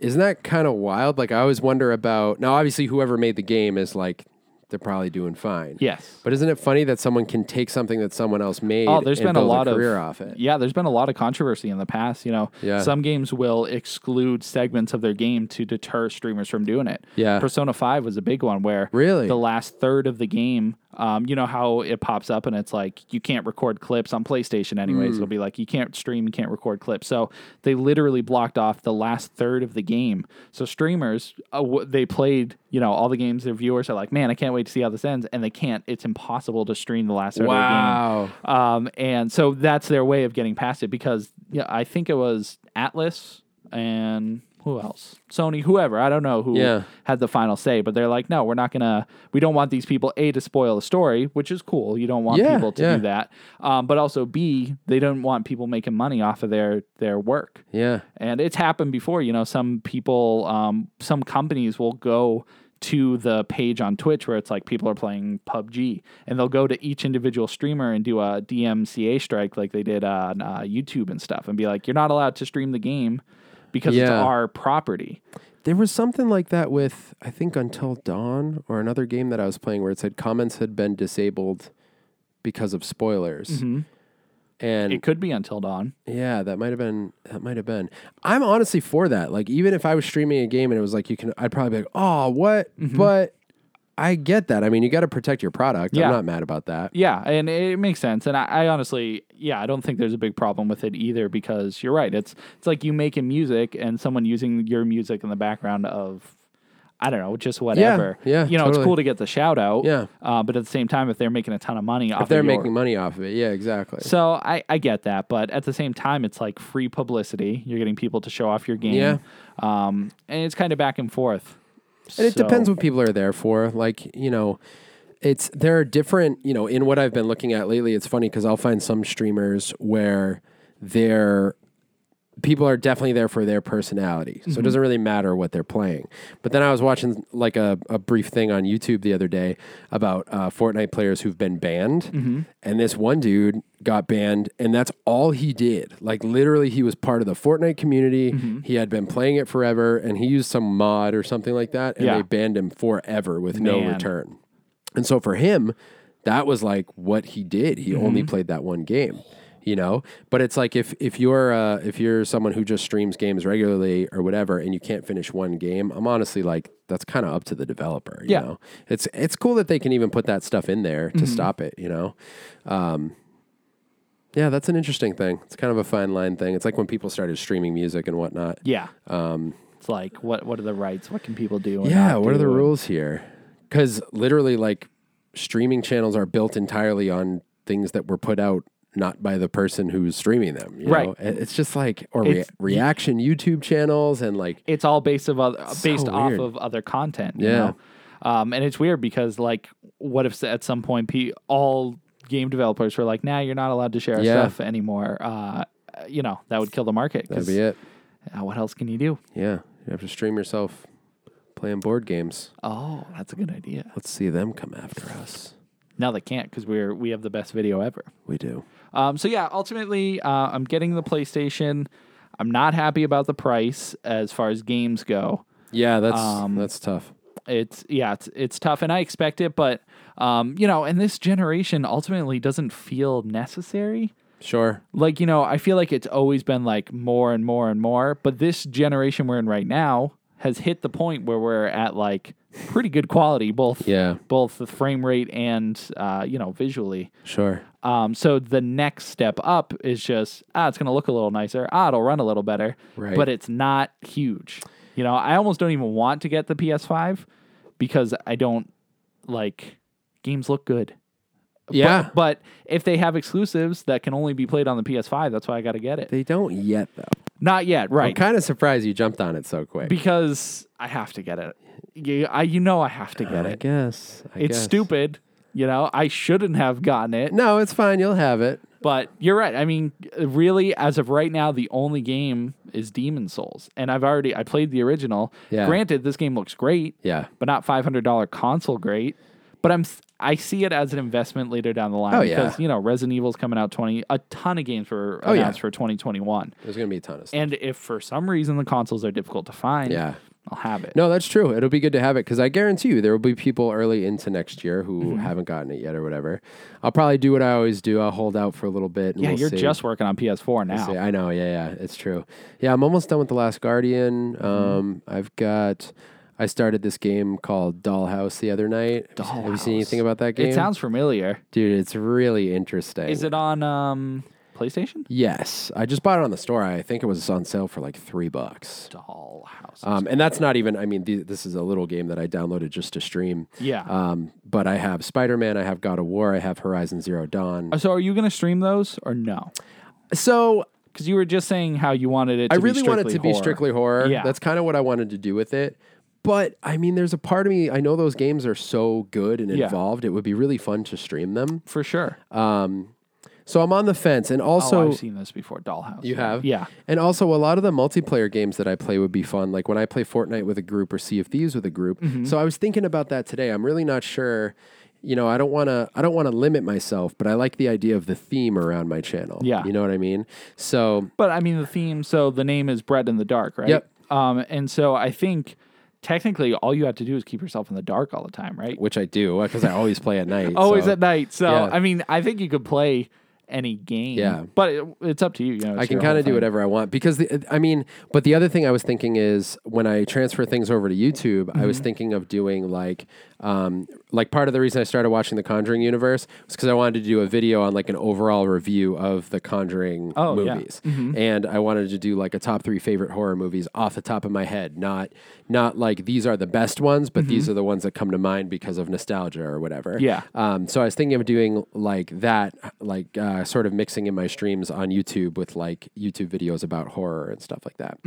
Isn't that kind of wild? Like I always wonder about. Now, obviously, whoever made the game is like they're probably doing fine. yes. But isn't it funny that someone can take something that someone else made Oh, there's and been a build lot a of career off it? Yeah, there's been a lot of controversy in the past. You know, Yeah. some games will exclude segments of their game to deter streamers from doing it. Yeah. Persona Five was a big one where Really? the last third of the game, um, you know how it pops up and it's like you can't record clips on PlayStation. Anyways, Mm. it'll be like you can't stream, you can't record clips. So they literally blocked off the last third of the game. So streamers, uh, w- they played, you know, all the games. Their viewers are like, man, I can't wait to see how this ends, and they can't. It's impossible to stream the last third of the game. Wow. Um, and so that's their way of getting past it because yeah, I think it was Atlas and who else? Sony, whoever. I don't know who Yeah. had the final say, but they're like, no, we're not going to, we don't want these people, A, to spoil the story, which is cool. You don't want Yeah, people to yeah. do that. Um, but also, B, they don't want people making money off of their, their work. Yeah. And it's happened before, you know, some people, um, some companies will go to the page on Twitch where it's like people are playing PUBG and they'll go to each individual streamer and do a DMCA strike like they did on uh, YouTube and stuff and be like, you're not allowed to stream the game because it's Yeah. our property. There was something like that with I think Until Dawn or another game that I was playing where it said comments had been disabled because of spoilers. Mm-hmm. And It could be until dawn. yeah, that might have been that might have been. I'm honestly for that. Like even if I was streaming a game and it was like you can I'd probably be like, "Oh, what?" Mm-hmm. But I get that. I mean, you got to protect your product. Yeah. I'm not mad about that. Yeah, and it makes sense. And I, I honestly, yeah, I don't think there's a big problem with it either because you're right. It's it's like you making music and someone using your music in the background of, I don't know, just whatever. yeah, you know, totally. it's cool to get the shout out. Yeah. uh, but at the same time, if they're making a ton of money off, If they're of your- making money off of it. Yeah, exactly. So I, I get that, but at the same time, it's like free publicity. You're getting people to show off your game. Yeah. Um, and it's kind of back and forth. And it So- depends what people are there for. Like, you know, it's there are different, you know, in what I've been looking at lately, it's funny because I'll find some streamers where they're people are definitely there for their personality. Mm-hmm. So it doesn't really matter what they're playing. But then I was watching like a, a brief thing on YouTube the other day about uh, Fortnite players who've been banned. Mm-hmm. And this one dude got banned, and that's all he did. Like literally, he was part of the Fortnite community. Mm-hmm. He had been playing it forever, and he used some mod or something like that, and Yeah. they banned him forever with no Man. return. And so for him, that was like what he did. He only played that one game, you know. But it's like if if you're uh, if you're someone who just streams games regularly or whatever, and you can't finish one game, I'm honestly like that's kind of up to the developer. You Yeah. know, it's it's cool that they can even put that stuff in there to stop it. You know. Um, yeah, that's an interesting thing. It's kind of a fine line thing. It's like when people started streaming music and whatnot. Yeah. Um, it's like what what are the rights? What can people do? and Yeah, not what are the do? rules here? Because literally, like, streaming channels are built entirely on things that were put out not by the person who's streaming them. You Right. Know? It- It's just like, or rea- It's- reaction YouTube channels and like, it's all based of other, based off weird. of other content. You Yeah. Know? Um, and it's weird because like, what if at some point pe- all game developers were like, "Nah, you're not allowed to share our Yeah. stuff anymore." Uh, you know, that would kill the market. that'd 'cause, be it. uh, what else can you do? Yeah. You have to stream yourself playing board games. Oh, that's a good idea. Let's see them come after us. Now they can't because we're we have the best video ever. We do. Um, so yeah, ultimately, uh, I'm getting the PlayStation. I'm not happy about the price as far as games go. Yeah, that's that's tough. it's yeah, it's it's tough, and I expect it, but um, you know, and this generation ultimately doesn't feel necessary. Sure. Like you know, I feel like it's always been like more and more and more, but this generation we're in right now has hit the point where we're at like pretty good quality, both Yeah. both the frame rate and uh, you know visually. Sure. Um, so the next step up is just ah, it's gonna look a little nicer. Ah, it'll run a little better. Right. But it's not huge. You know, I almost don't even want to get the PS5 because I don't like games look good. Yeah. But if they have exclusives that can only be played on the PS5, that's why I got to get it. they don't yet though. Not yet, I'm right? kind of surprised you jumped on it so quick. Because I have to get it. You, I, you know, I have to get I it. guess. Uh, I It's guess. stupid. You know, I shouldn't have gotten it. No, it's fine. You'll have it. But you're right. I mean, really, as of right now, the only game is Demon Souls, and I've already I played the original. Yeah. Granted, this game looks great. Yeah. But not five hundred dollar console great. But I'm I see it as an investment later down the line Oh, yeah. because you know Resident Evil's coming out twenty a ton of games were Oh, yeah. announced for twenty twenty one. There's gonna be a ton of stuff. And if for some reason the consoles are difficult to find, Yeah. I'll have it. No, that's true. It'll be good to have it because I guarantee you there will be people early into next year who Mm-hmm. haven't gotten it yet or whatever. I'll probably do what I always do. I'll hold out for a little bit. And yeah, we'll you're see. just working on PS4 now. See, I know. Yeah, yeah, it's true. Yeah, I'm almost done with the Last Guardian. Mm-hmm. Um, I've got. I started this game called Dollhouse the other night. Have you- Have you seen Dollhouse. anything about that game? It sounds familiar. dude. It's really interesting. Is it on um, PlayStation? Yes, I just bought it on the store. I think it was on sale for like three bucks. Dollhouse. Um, and that's not even. I mean, th- this is a little game that I downloaded just to stream. Yeah. Um, but I have Spider Man, I have God of War, I have Horizon Zero Dawn. Uh, So are you going to stream those or no? So Because you were just saying how you wanted it. To I really be want it to horror. be strictly horror. Yeah. That's kind of what I wanted to do with it. But I mean, there's a part of me. I know those games are so good and Yeah. involved. It would be really fun to stream them. for sure. So I'm on the fence, and also oh, I've seen this before. Dollhouse. You have? Yeah. And also, a lot of the multiplayer games that I play would be fun. Like when I play Fortnite with a group or Sea of Thieves with a group. Mm-hmm. So I was thinking about that today. I'm really not sure. You know, I don't want to. I don't want to limit myself, but I like the idea of the theme around my channel. Yeah. you know what I mean. So But I mean the theme. So the name is Bread in the Dark, right? yep, Um, and so I think technically all you have to do is keep yourself in the dark all the time, right? which I do because I always play at night. Always so at night. So Yeah. I mean, I think you could play any game. Yeah. but it, it's up to you. you know, I can kind of do whatever I want because the, uh, I mean, but the other thing I was thinking is when I transfer things over to YouTube, I Mm-hmm. was thinking of doing like, um, like part of the reason I started watching the Conjuring universe was because I wanted to do a video on like an overall review of the Conjuring Oh, yeah. movies, and I wanted to do like a top three favorite horror movies off the top of my head, not not like these are the best ones, but these are the ones that come to mind because of nostalgia or whatever. Mm-hmm. Yeah. Um, so I was thinking of doing like that, like uh, sort of mixing in my streams on YouTube with like YouTube videos about horror and stuff like that.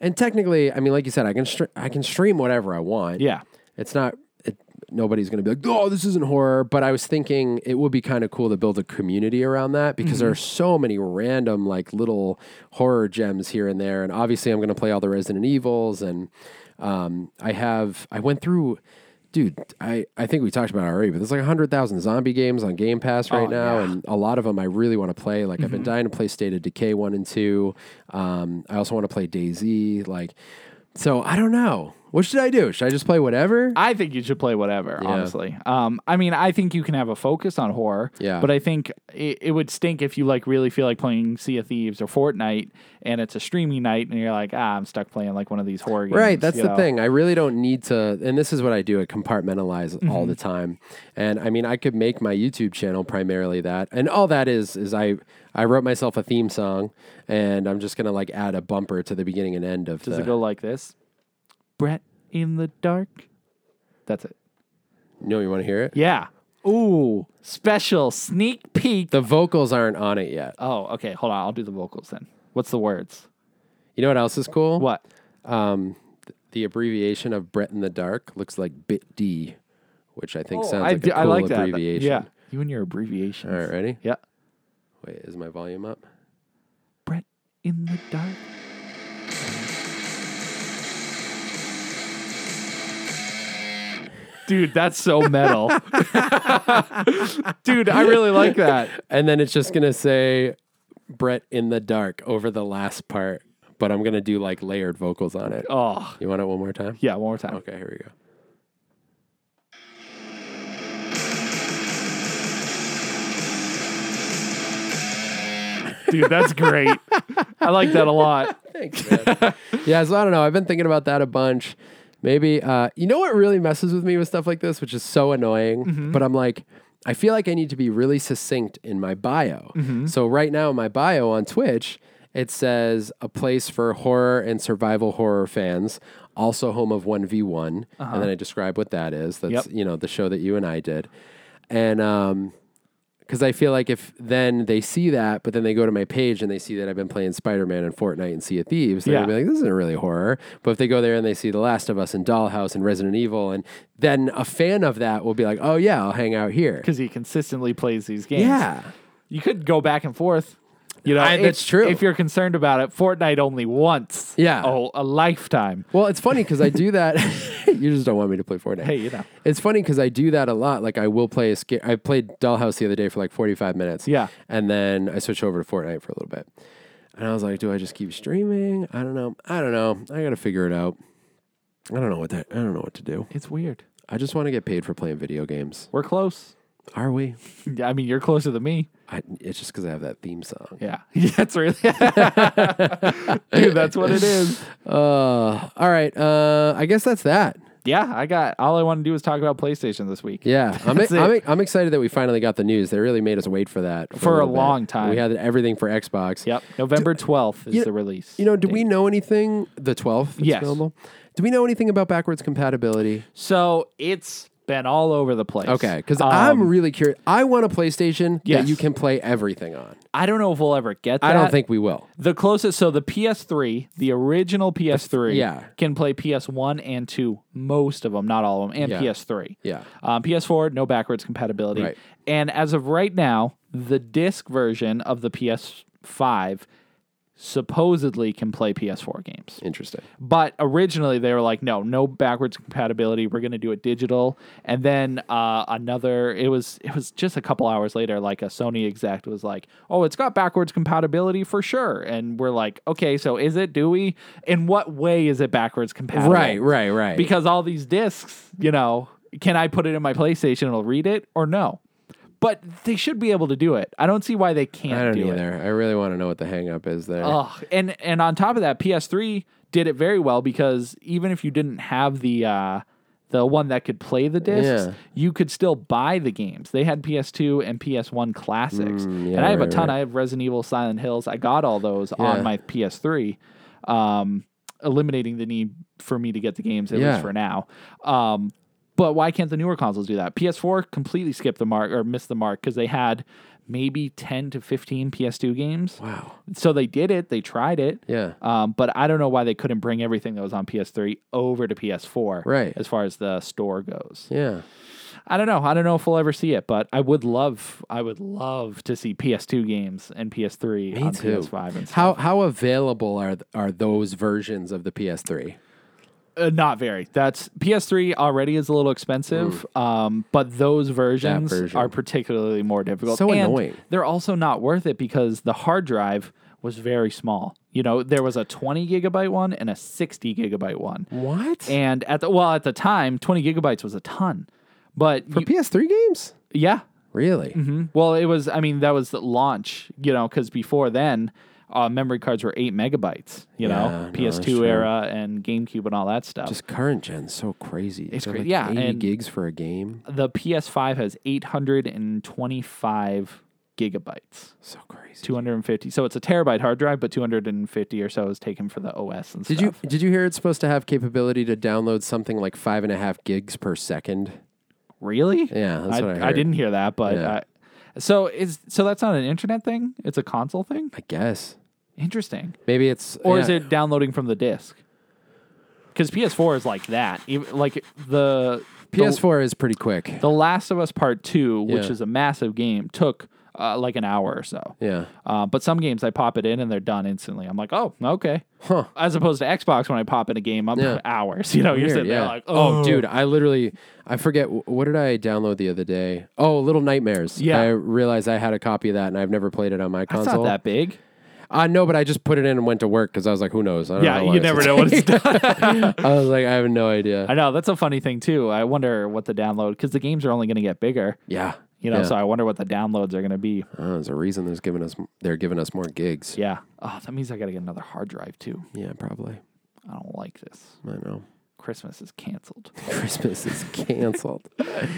And technically, I mean, like you said, I can str- I can stream whatever I want. Yeah. it's not. It, nobody's going to be like, oh, this isn't horror. But I was thinking it would be kind of cool to build a community around that because there are so many random like little horror gems here and there. And obviously, I'm going to play all the Resident Evils and. Um, I have I went through dude, I, I think we talked about it already, but there's like 100,000 zombie games on Game Pass Oh, right now, and a lot of them I really want to play. Like, I've Mm-hmm. been dying to play State of Decay 1 and 2. Um, I also want to play DayZ. Like, so I don't know. What should I do? Should I just play whatever? I think you should play whatever, honestly. Um, I mean, I think you can have a focus on horror. Yeah. But I think it, it would stink if you like really feel like playing Sea of Thieves or Fortnite, and it's a streaming night, and you're like, ah, I'm stuck playing like one of these horror games. Right, that's you the know? thing. I really don't need to, and this is what I do. I compartmentalize all Mm-hmm. the time, and I mean, I could make my YouTube channel primarily that, and all that is is I I wrote myself a theme song, and I'm just gonna like add a bumper to the beginning and end of Does the. it go like this? Brett in the dark. That's it. no, you want to hear it? Yeah. Ooh, special sneak peek. The vocals aren't on it yet. oh, okay. Hold on. I'll do the vocals then. What's the words? You know what else is cool? Um, What? The abbreviation of Brett in the Dark looks like Bit D, which I think Oh, sounds I, like d- a cool I like that. abbreviation. Yeah. You and your abbreviations. All right, ready? Yeah. Wait, is my volume up? Brett in the dark. Dude, that's so metal. Dude, I really like that. And then it's just gonna say Brett in the dark over the last part, but I'm gonna do like layered vocals on it. Oh, You want it one more time? yeah, one more time. Okay, here we go. Dude, that's great. I like that a lot. Thanks, man. yeah, so I don't know. I've been thinking about that a bunch. Maybe uh, you know what really messes with me with stuff like this, which is so annoying. But I'm like, I feel like I need to be really succinct in my bio. So right now, my bio on Twitch, it says a place for horror and survival horror fans, also home of One v One, and then I describe what that is. That's Yep. you know the show that you and I did, and um, because I feel like if then they see that, but then they go to my page and they see that I've been playing Spider Man and Fortnite and Sea of Thieves, they're gonna Yeah. be like, "This isn't really horror." But if they go there and they see The Last of Us and Dollhouse and Resident Evil, and then a fan of that will be like, "Oh yeah, I'll hang out here." Because he consistently plays these games. Yeah, You could go back and forth. You know, I- if- that's true. If you're concerned about it, Fortnite only once. Yeah. Oh, a lifetime. Well, it's funny because I do that. you just don't want me to play Fortnite. Hey, you know. It's funny because I do that a lot. Like I will play a sca- I played Dollhouse the other day for like forty five minutes. Yeah. and then I switch over to Fortnite for a little bit. And I was like, do I just keep streaming? I don't know. I don't know. I gotta figure it out. I don't know what that. I don't know what to do. It's weird. I just want to get paid for playing video games. We're close. Are we? I mean, you're closer than me. I, it's just because I have that theme song. Yeah. that's really. Dude, that's what it is. Uh, all right. Uh, I guess that's that. Yeah, I got all I want to do is talk about PlayStation this week. Yeah, I'm, e-, That's I'm, it. I'm excited that we finally got the news. They really made us wait for that For a little bit. long time. We had everything for Xbox. Yep. November 12th is you- the release. You know, do date. we know anything? The 12th. That's Yes. Available? Do we know anything about backwards compatibility? So it's been all over the place. Okay, because Um, I'm really curious. I want a PlayStation Yes. that you can play everything on. I don't know if we'll ever get that. I don't think we will. The closest, so the PS3, the original PS3, yeah. can play PS1 and 2, most of them, not all of them, and Yeah. PS3. Yeah. Um, PS4, no backwards compatibility. Right. And as of right now, the disc version of the PS5 supposedly can play PS4 games. Interesting. But originally, they were like, no, no backwards compatibility. We're going to do it digital. And then uh, another, it was it was just a couple hours later, like a Sony exec was like, oh, it's got backwards compatibility for sure. And we're like, okay, so is it? Do we? In what way is it backwards compatible? Right, right, right. Because all these discs, you know, can I put it in my PlayStation and it'll read it or no? But they should be able to do it. I don't see why they can't I don't do it. either. I really want to know what the hang up is there. Oh, and and on top of that, PS3 did it very well because even if you didn't have the uh, the one that could play the discs, Yeah. you could still buy the games. They had PS2 and PS1 classics, Mm, yeah, and I have right, a ton. right. I have Resident Evil, Silent Hills. I got all those Yeah. on my PS3, um, eliminating the need for me to get the games at Yeah. least for now. Um, but why can't the newer consoles do that? PS4 completely skipped the mark or missed the mark because they had maybe 10 to 15 PS2 games. wow. So they did it. They tried it. Yeah. Um, but I don't know why they couldn't bring everything that was on PS3 over to PS4. Right. As far as the store goes, Yeah. I don't know. I don't know if we'll ever see it, but I would love, I would love to see PS2 games and PS3 on too. PS5 and How how available are th- are those versions of the PS3? Uh, not very. That's PS3 already is a little expensive, um, but those versions version. are particularly more difficult. So And annoying. They're also not worth it because the hard drive was very small. You know, there was a 20 gigabyte one and a 60 gigabyte one. What And at the well, at the time, 20 gigabytes was a ton. But for hmm. you- PS3 games? yeah, Really? Mhm. Well, it was. I mean, that was the launch. You know, because before then, uh, memory cards were eight megabytes. You Yeah, no, know, that's PS2 true. era and GameCube and all that stuff. Just current gen, so crazy. It's cra- yeah, eighty and- gigs for a game. the PS5 has 825 gigabytes, So crazy. 250. So it's a terabyte hard drive, but 250 or so is taken for the OS and Did you stuff. did you hear it's supposed to have capability to download something like five and a half gigs per second? really? Yeah, that's I, what I heard. didn't hear that, but Yeah. I, so is so that's not an internet thing. It's a console thing. I guess Interesting. maybe it's Or is yeah. it downloading from the disk? Because PS4 is like that. Even, like the the- PS4 is pretty quick. The Last of Us Part Two, which Yeah. is a massive game, took uh, like an hour or so. yeah, Uh, but some games I pop it in and they're done instantly. I'm like, oh, okay. Huh. As opposed to Xbox, when I pop in a game, I'm Yeah. hours. You know, you're Weird, sitting yeah. there like, oh, dude, I literally, I forget wh- what did I download the other day. Oh, Little Nightmares. Yeah. I realized I had a copy of that, and I've never played it on my that's console. not that big. Uh, no, but I just put it in and went to work because I was like, who knows? I don't Yeah, know how long you it's never gonna know what it's take. I was like, I have no idea. I know that's a funny thing too. I wonder what the download because the games are only going to get bigger. yeah, You know, yeah. so I wonder what the downloads are going to be. Oh, there's a reason there's giving us they're giving us more gigs. Yeah. Oh, that means I got to get another hard drive too. Yeah, probably. I don't like this. I know. Christmas is canceled. Christmas is canceled.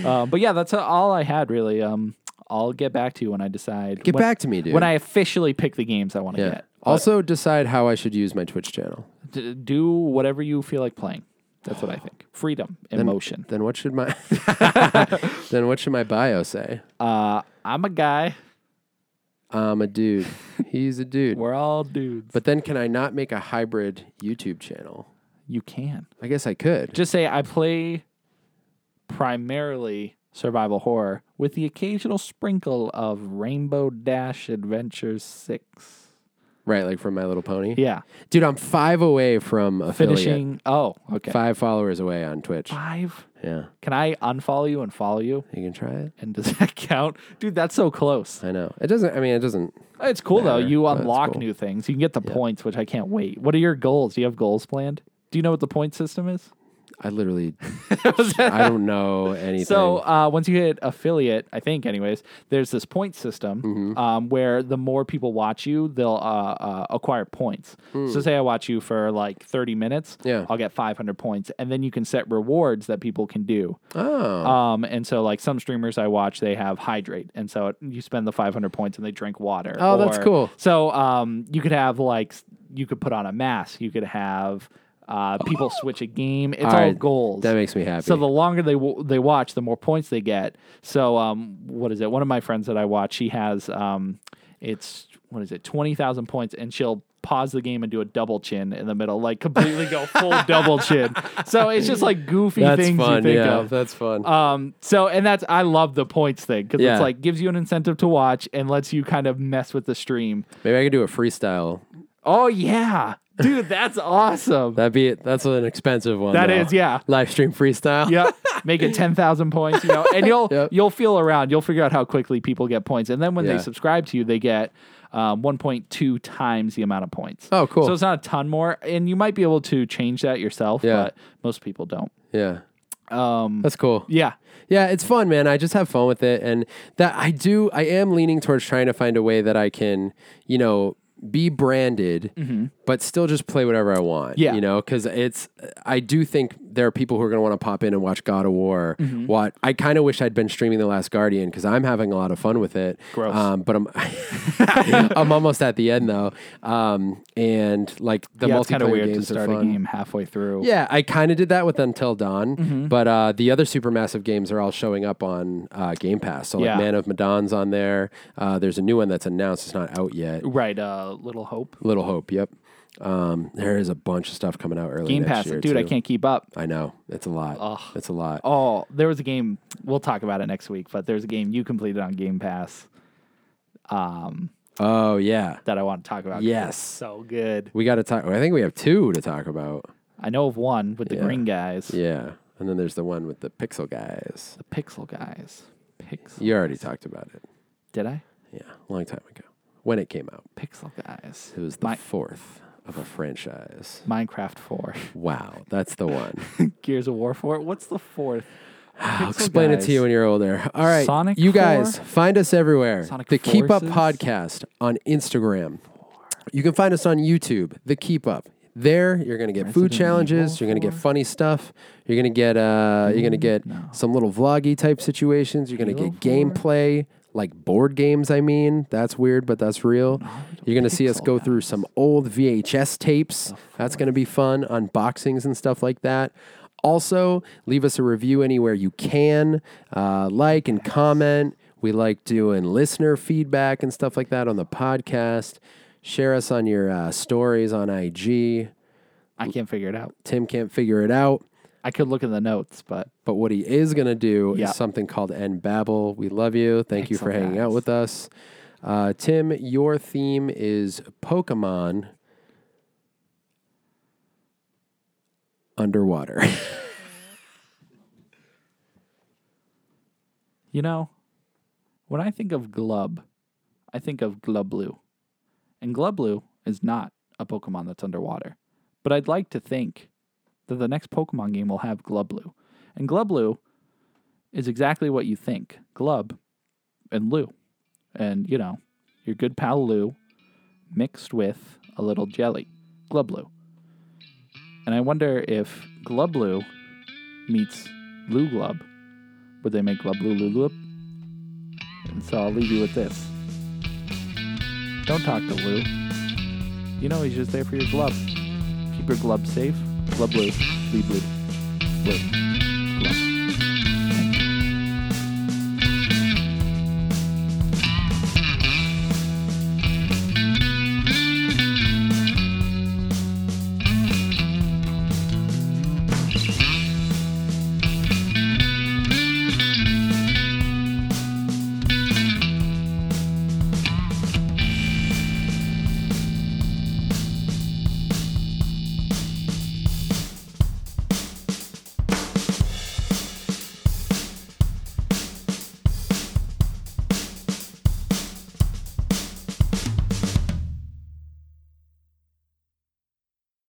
uh, but yeah, that's all I had really. Um, I'll get back to you when I decide. Get when- back to me, dude. when I officially pick the games I want to yeah. get. also decide how I should use my Twitch channel. D- do whatever you feel like playing. That's what I think. Freedom, emotion. Then what should my Then what should my bio say? Uh, I'm a guy. I'm a dude. He's a dude. We're all dudes. But But then can I not make a hybrid YouTube channel? you can I guess I could. just say I play primarily survival horror with the occasional sprinkle of Rainbow Dash Adventures Six. right, like from My Little Pony. Yeah, Dude, I'm five away from affiliate. finishing. Oh, okay. Five followers away on Twitch. Five? Yeah. Can I unfollow you and follow you? You can try it. And does that count, dude? That's so close. I know. It doesn't I mean it doesn't It's cool though. Matter, You but it's unlock cool. new things. You can get the points, which I can't wait. What are your goals? Do you have goals planned? Do you know what the point system is? I literally I don't know anything. So uh, once you hit affiliate, I think, anyways, there's this point system um, where the more people watch you, they'll uh, uh, acquire points. So say I watch you for like 30 minutes, Yeah. I'll get 500 points, and then you can set rewards that people can do. oh. Um, and so like some streamers I watch, they have hydrate, and so it, you spend the 500 points and they drink water. Oh, that's cool. So um, you could have like s- you could put on a mask. You could have uh, people switch a game. It's all, right, goals. Oh. that makes me happy. So the longer they w- they watch, the more points they get. So um, what is it? One of my friends that I watch, she has um, it's what is it? Twenty thousand points, and she'll pause the game and do a double chin in the middle, like completely go full double chin. So it's just like goofy things you think of. That's fun. Um, so and that's I love the points thing because Yeah. it's like gives you an incentive to watch and lets you kind of mess with the stream. Maybe I could do a freestyle Oh yeah, dude, that's awesome. That'd be it. That's an expensive one. That though. is, yeah. Live stream freestyle. yep. Make it ten thousand points, you know, and you'll Yep. you'll feel around. You'll figure out how quickly people get points, and then when Yeah. they subscribe to you, they get um, one point two times the amount of points. Oh, cool. So it's not a ton more, and you might be able to change that yourself, Yeah. but most people don't. Yeah. Um, That's cool. Yeah, Yeah, it's fun, man. I just have fun with it, and that I do. I am leaning towards trying to find a way that I can, you know, be branded, but still just play whatever I want. Mm-hmm. Yeah. you know, because it's. I do think there are people who are going to want to pop in and watch God of War. Mm-hmm. What I kind of wish I'd been streaming The Last Guardian because I'm having a lot of fun with it. Gross. Um, but I'm. I'm almost at the end though, um, and like the yeah. It's kind of multiplayer weird to games start are a fun. game halfway through. Yeah, I kind of did that with Until Dawn, Mm-hmm. but uh, the other supermassive games are all showing up on uh, Game Pass. So like Yeah. Man of Madon's on there. Uh, there's a new one that's announced. It's not out yet. Right. Uh, Little Hope. Little Hope. Yep. Um, there is a bunch of stuff coming out early Game next Pass, year, dude. I too. can't keep up. I know it's a lot. It's a lot. Oh, there was a game. We'll talk about it next week, but there's a game you completed on Game Pass Oh yeah. that I want to talk about. 'cause Yes. it's so good. We got to talk. I think we have two to talk about. I know of one with the Yeah. green guys. Yeah, and then there's the one with the pixel guys. The Pixel guys. Pixel. You already talked about it. Did I? Yeah, a long time ago when it came out. Pixel guys. It was the Mi- fourth of a franchise. Minecraft 4. Wow, that's the one. Ah, Gears of War 4. What's the fourth? I'll explain it to you when you're older. All right. Sonic you guys, four? find us everywhere. Sonic the Keep Up Forces? Podcast on Instagram. You can find us on YouTube, The Keep Up. There, you're gonna get food Resident Evil challenges. You're gonna get funny stuff. You're gonna get uh, you're gonna get some little vloggy type situations. You're gonna Halo get gameplay, like board games. I mean, that's weird, but that's real. You're gonna see us Pixel go through some old VHS tapes. That's gonna be fun. Unboxings and stuff like that. Also, leave us a review anywhere you can. Uh, like and comment. We like doing listener feedback and stuff like that on the podcast. Share us on your uh, stories on IG. I can't figure it out. Tim can't figure it out. I could look in the notes, but But what he is going to do Yeah. is something called End Babel. We love you. Thank you for Excellent, hanging out guys. with us. Uh, Tim, your theme is Pokemon underwater. you know, when I think of Glub, I think of Glublu. And Glublu is not a Pokemon that's underwater. But I'd like to think that the next Pokemon game will have Glublu. And Glublu is exactly what you think Glub and Lou. And, you know, your good pal Lou mixed with a little jelly, Glublu. And I wonder if Glublu meets Lou Glub, would they make Glublu Lou Glub? And so I'll leave you with this. Don't talk to Lou. You know he's just there for your glove. Keep your glove safe. Glub Lou. Leave Lou. Lou. Glub.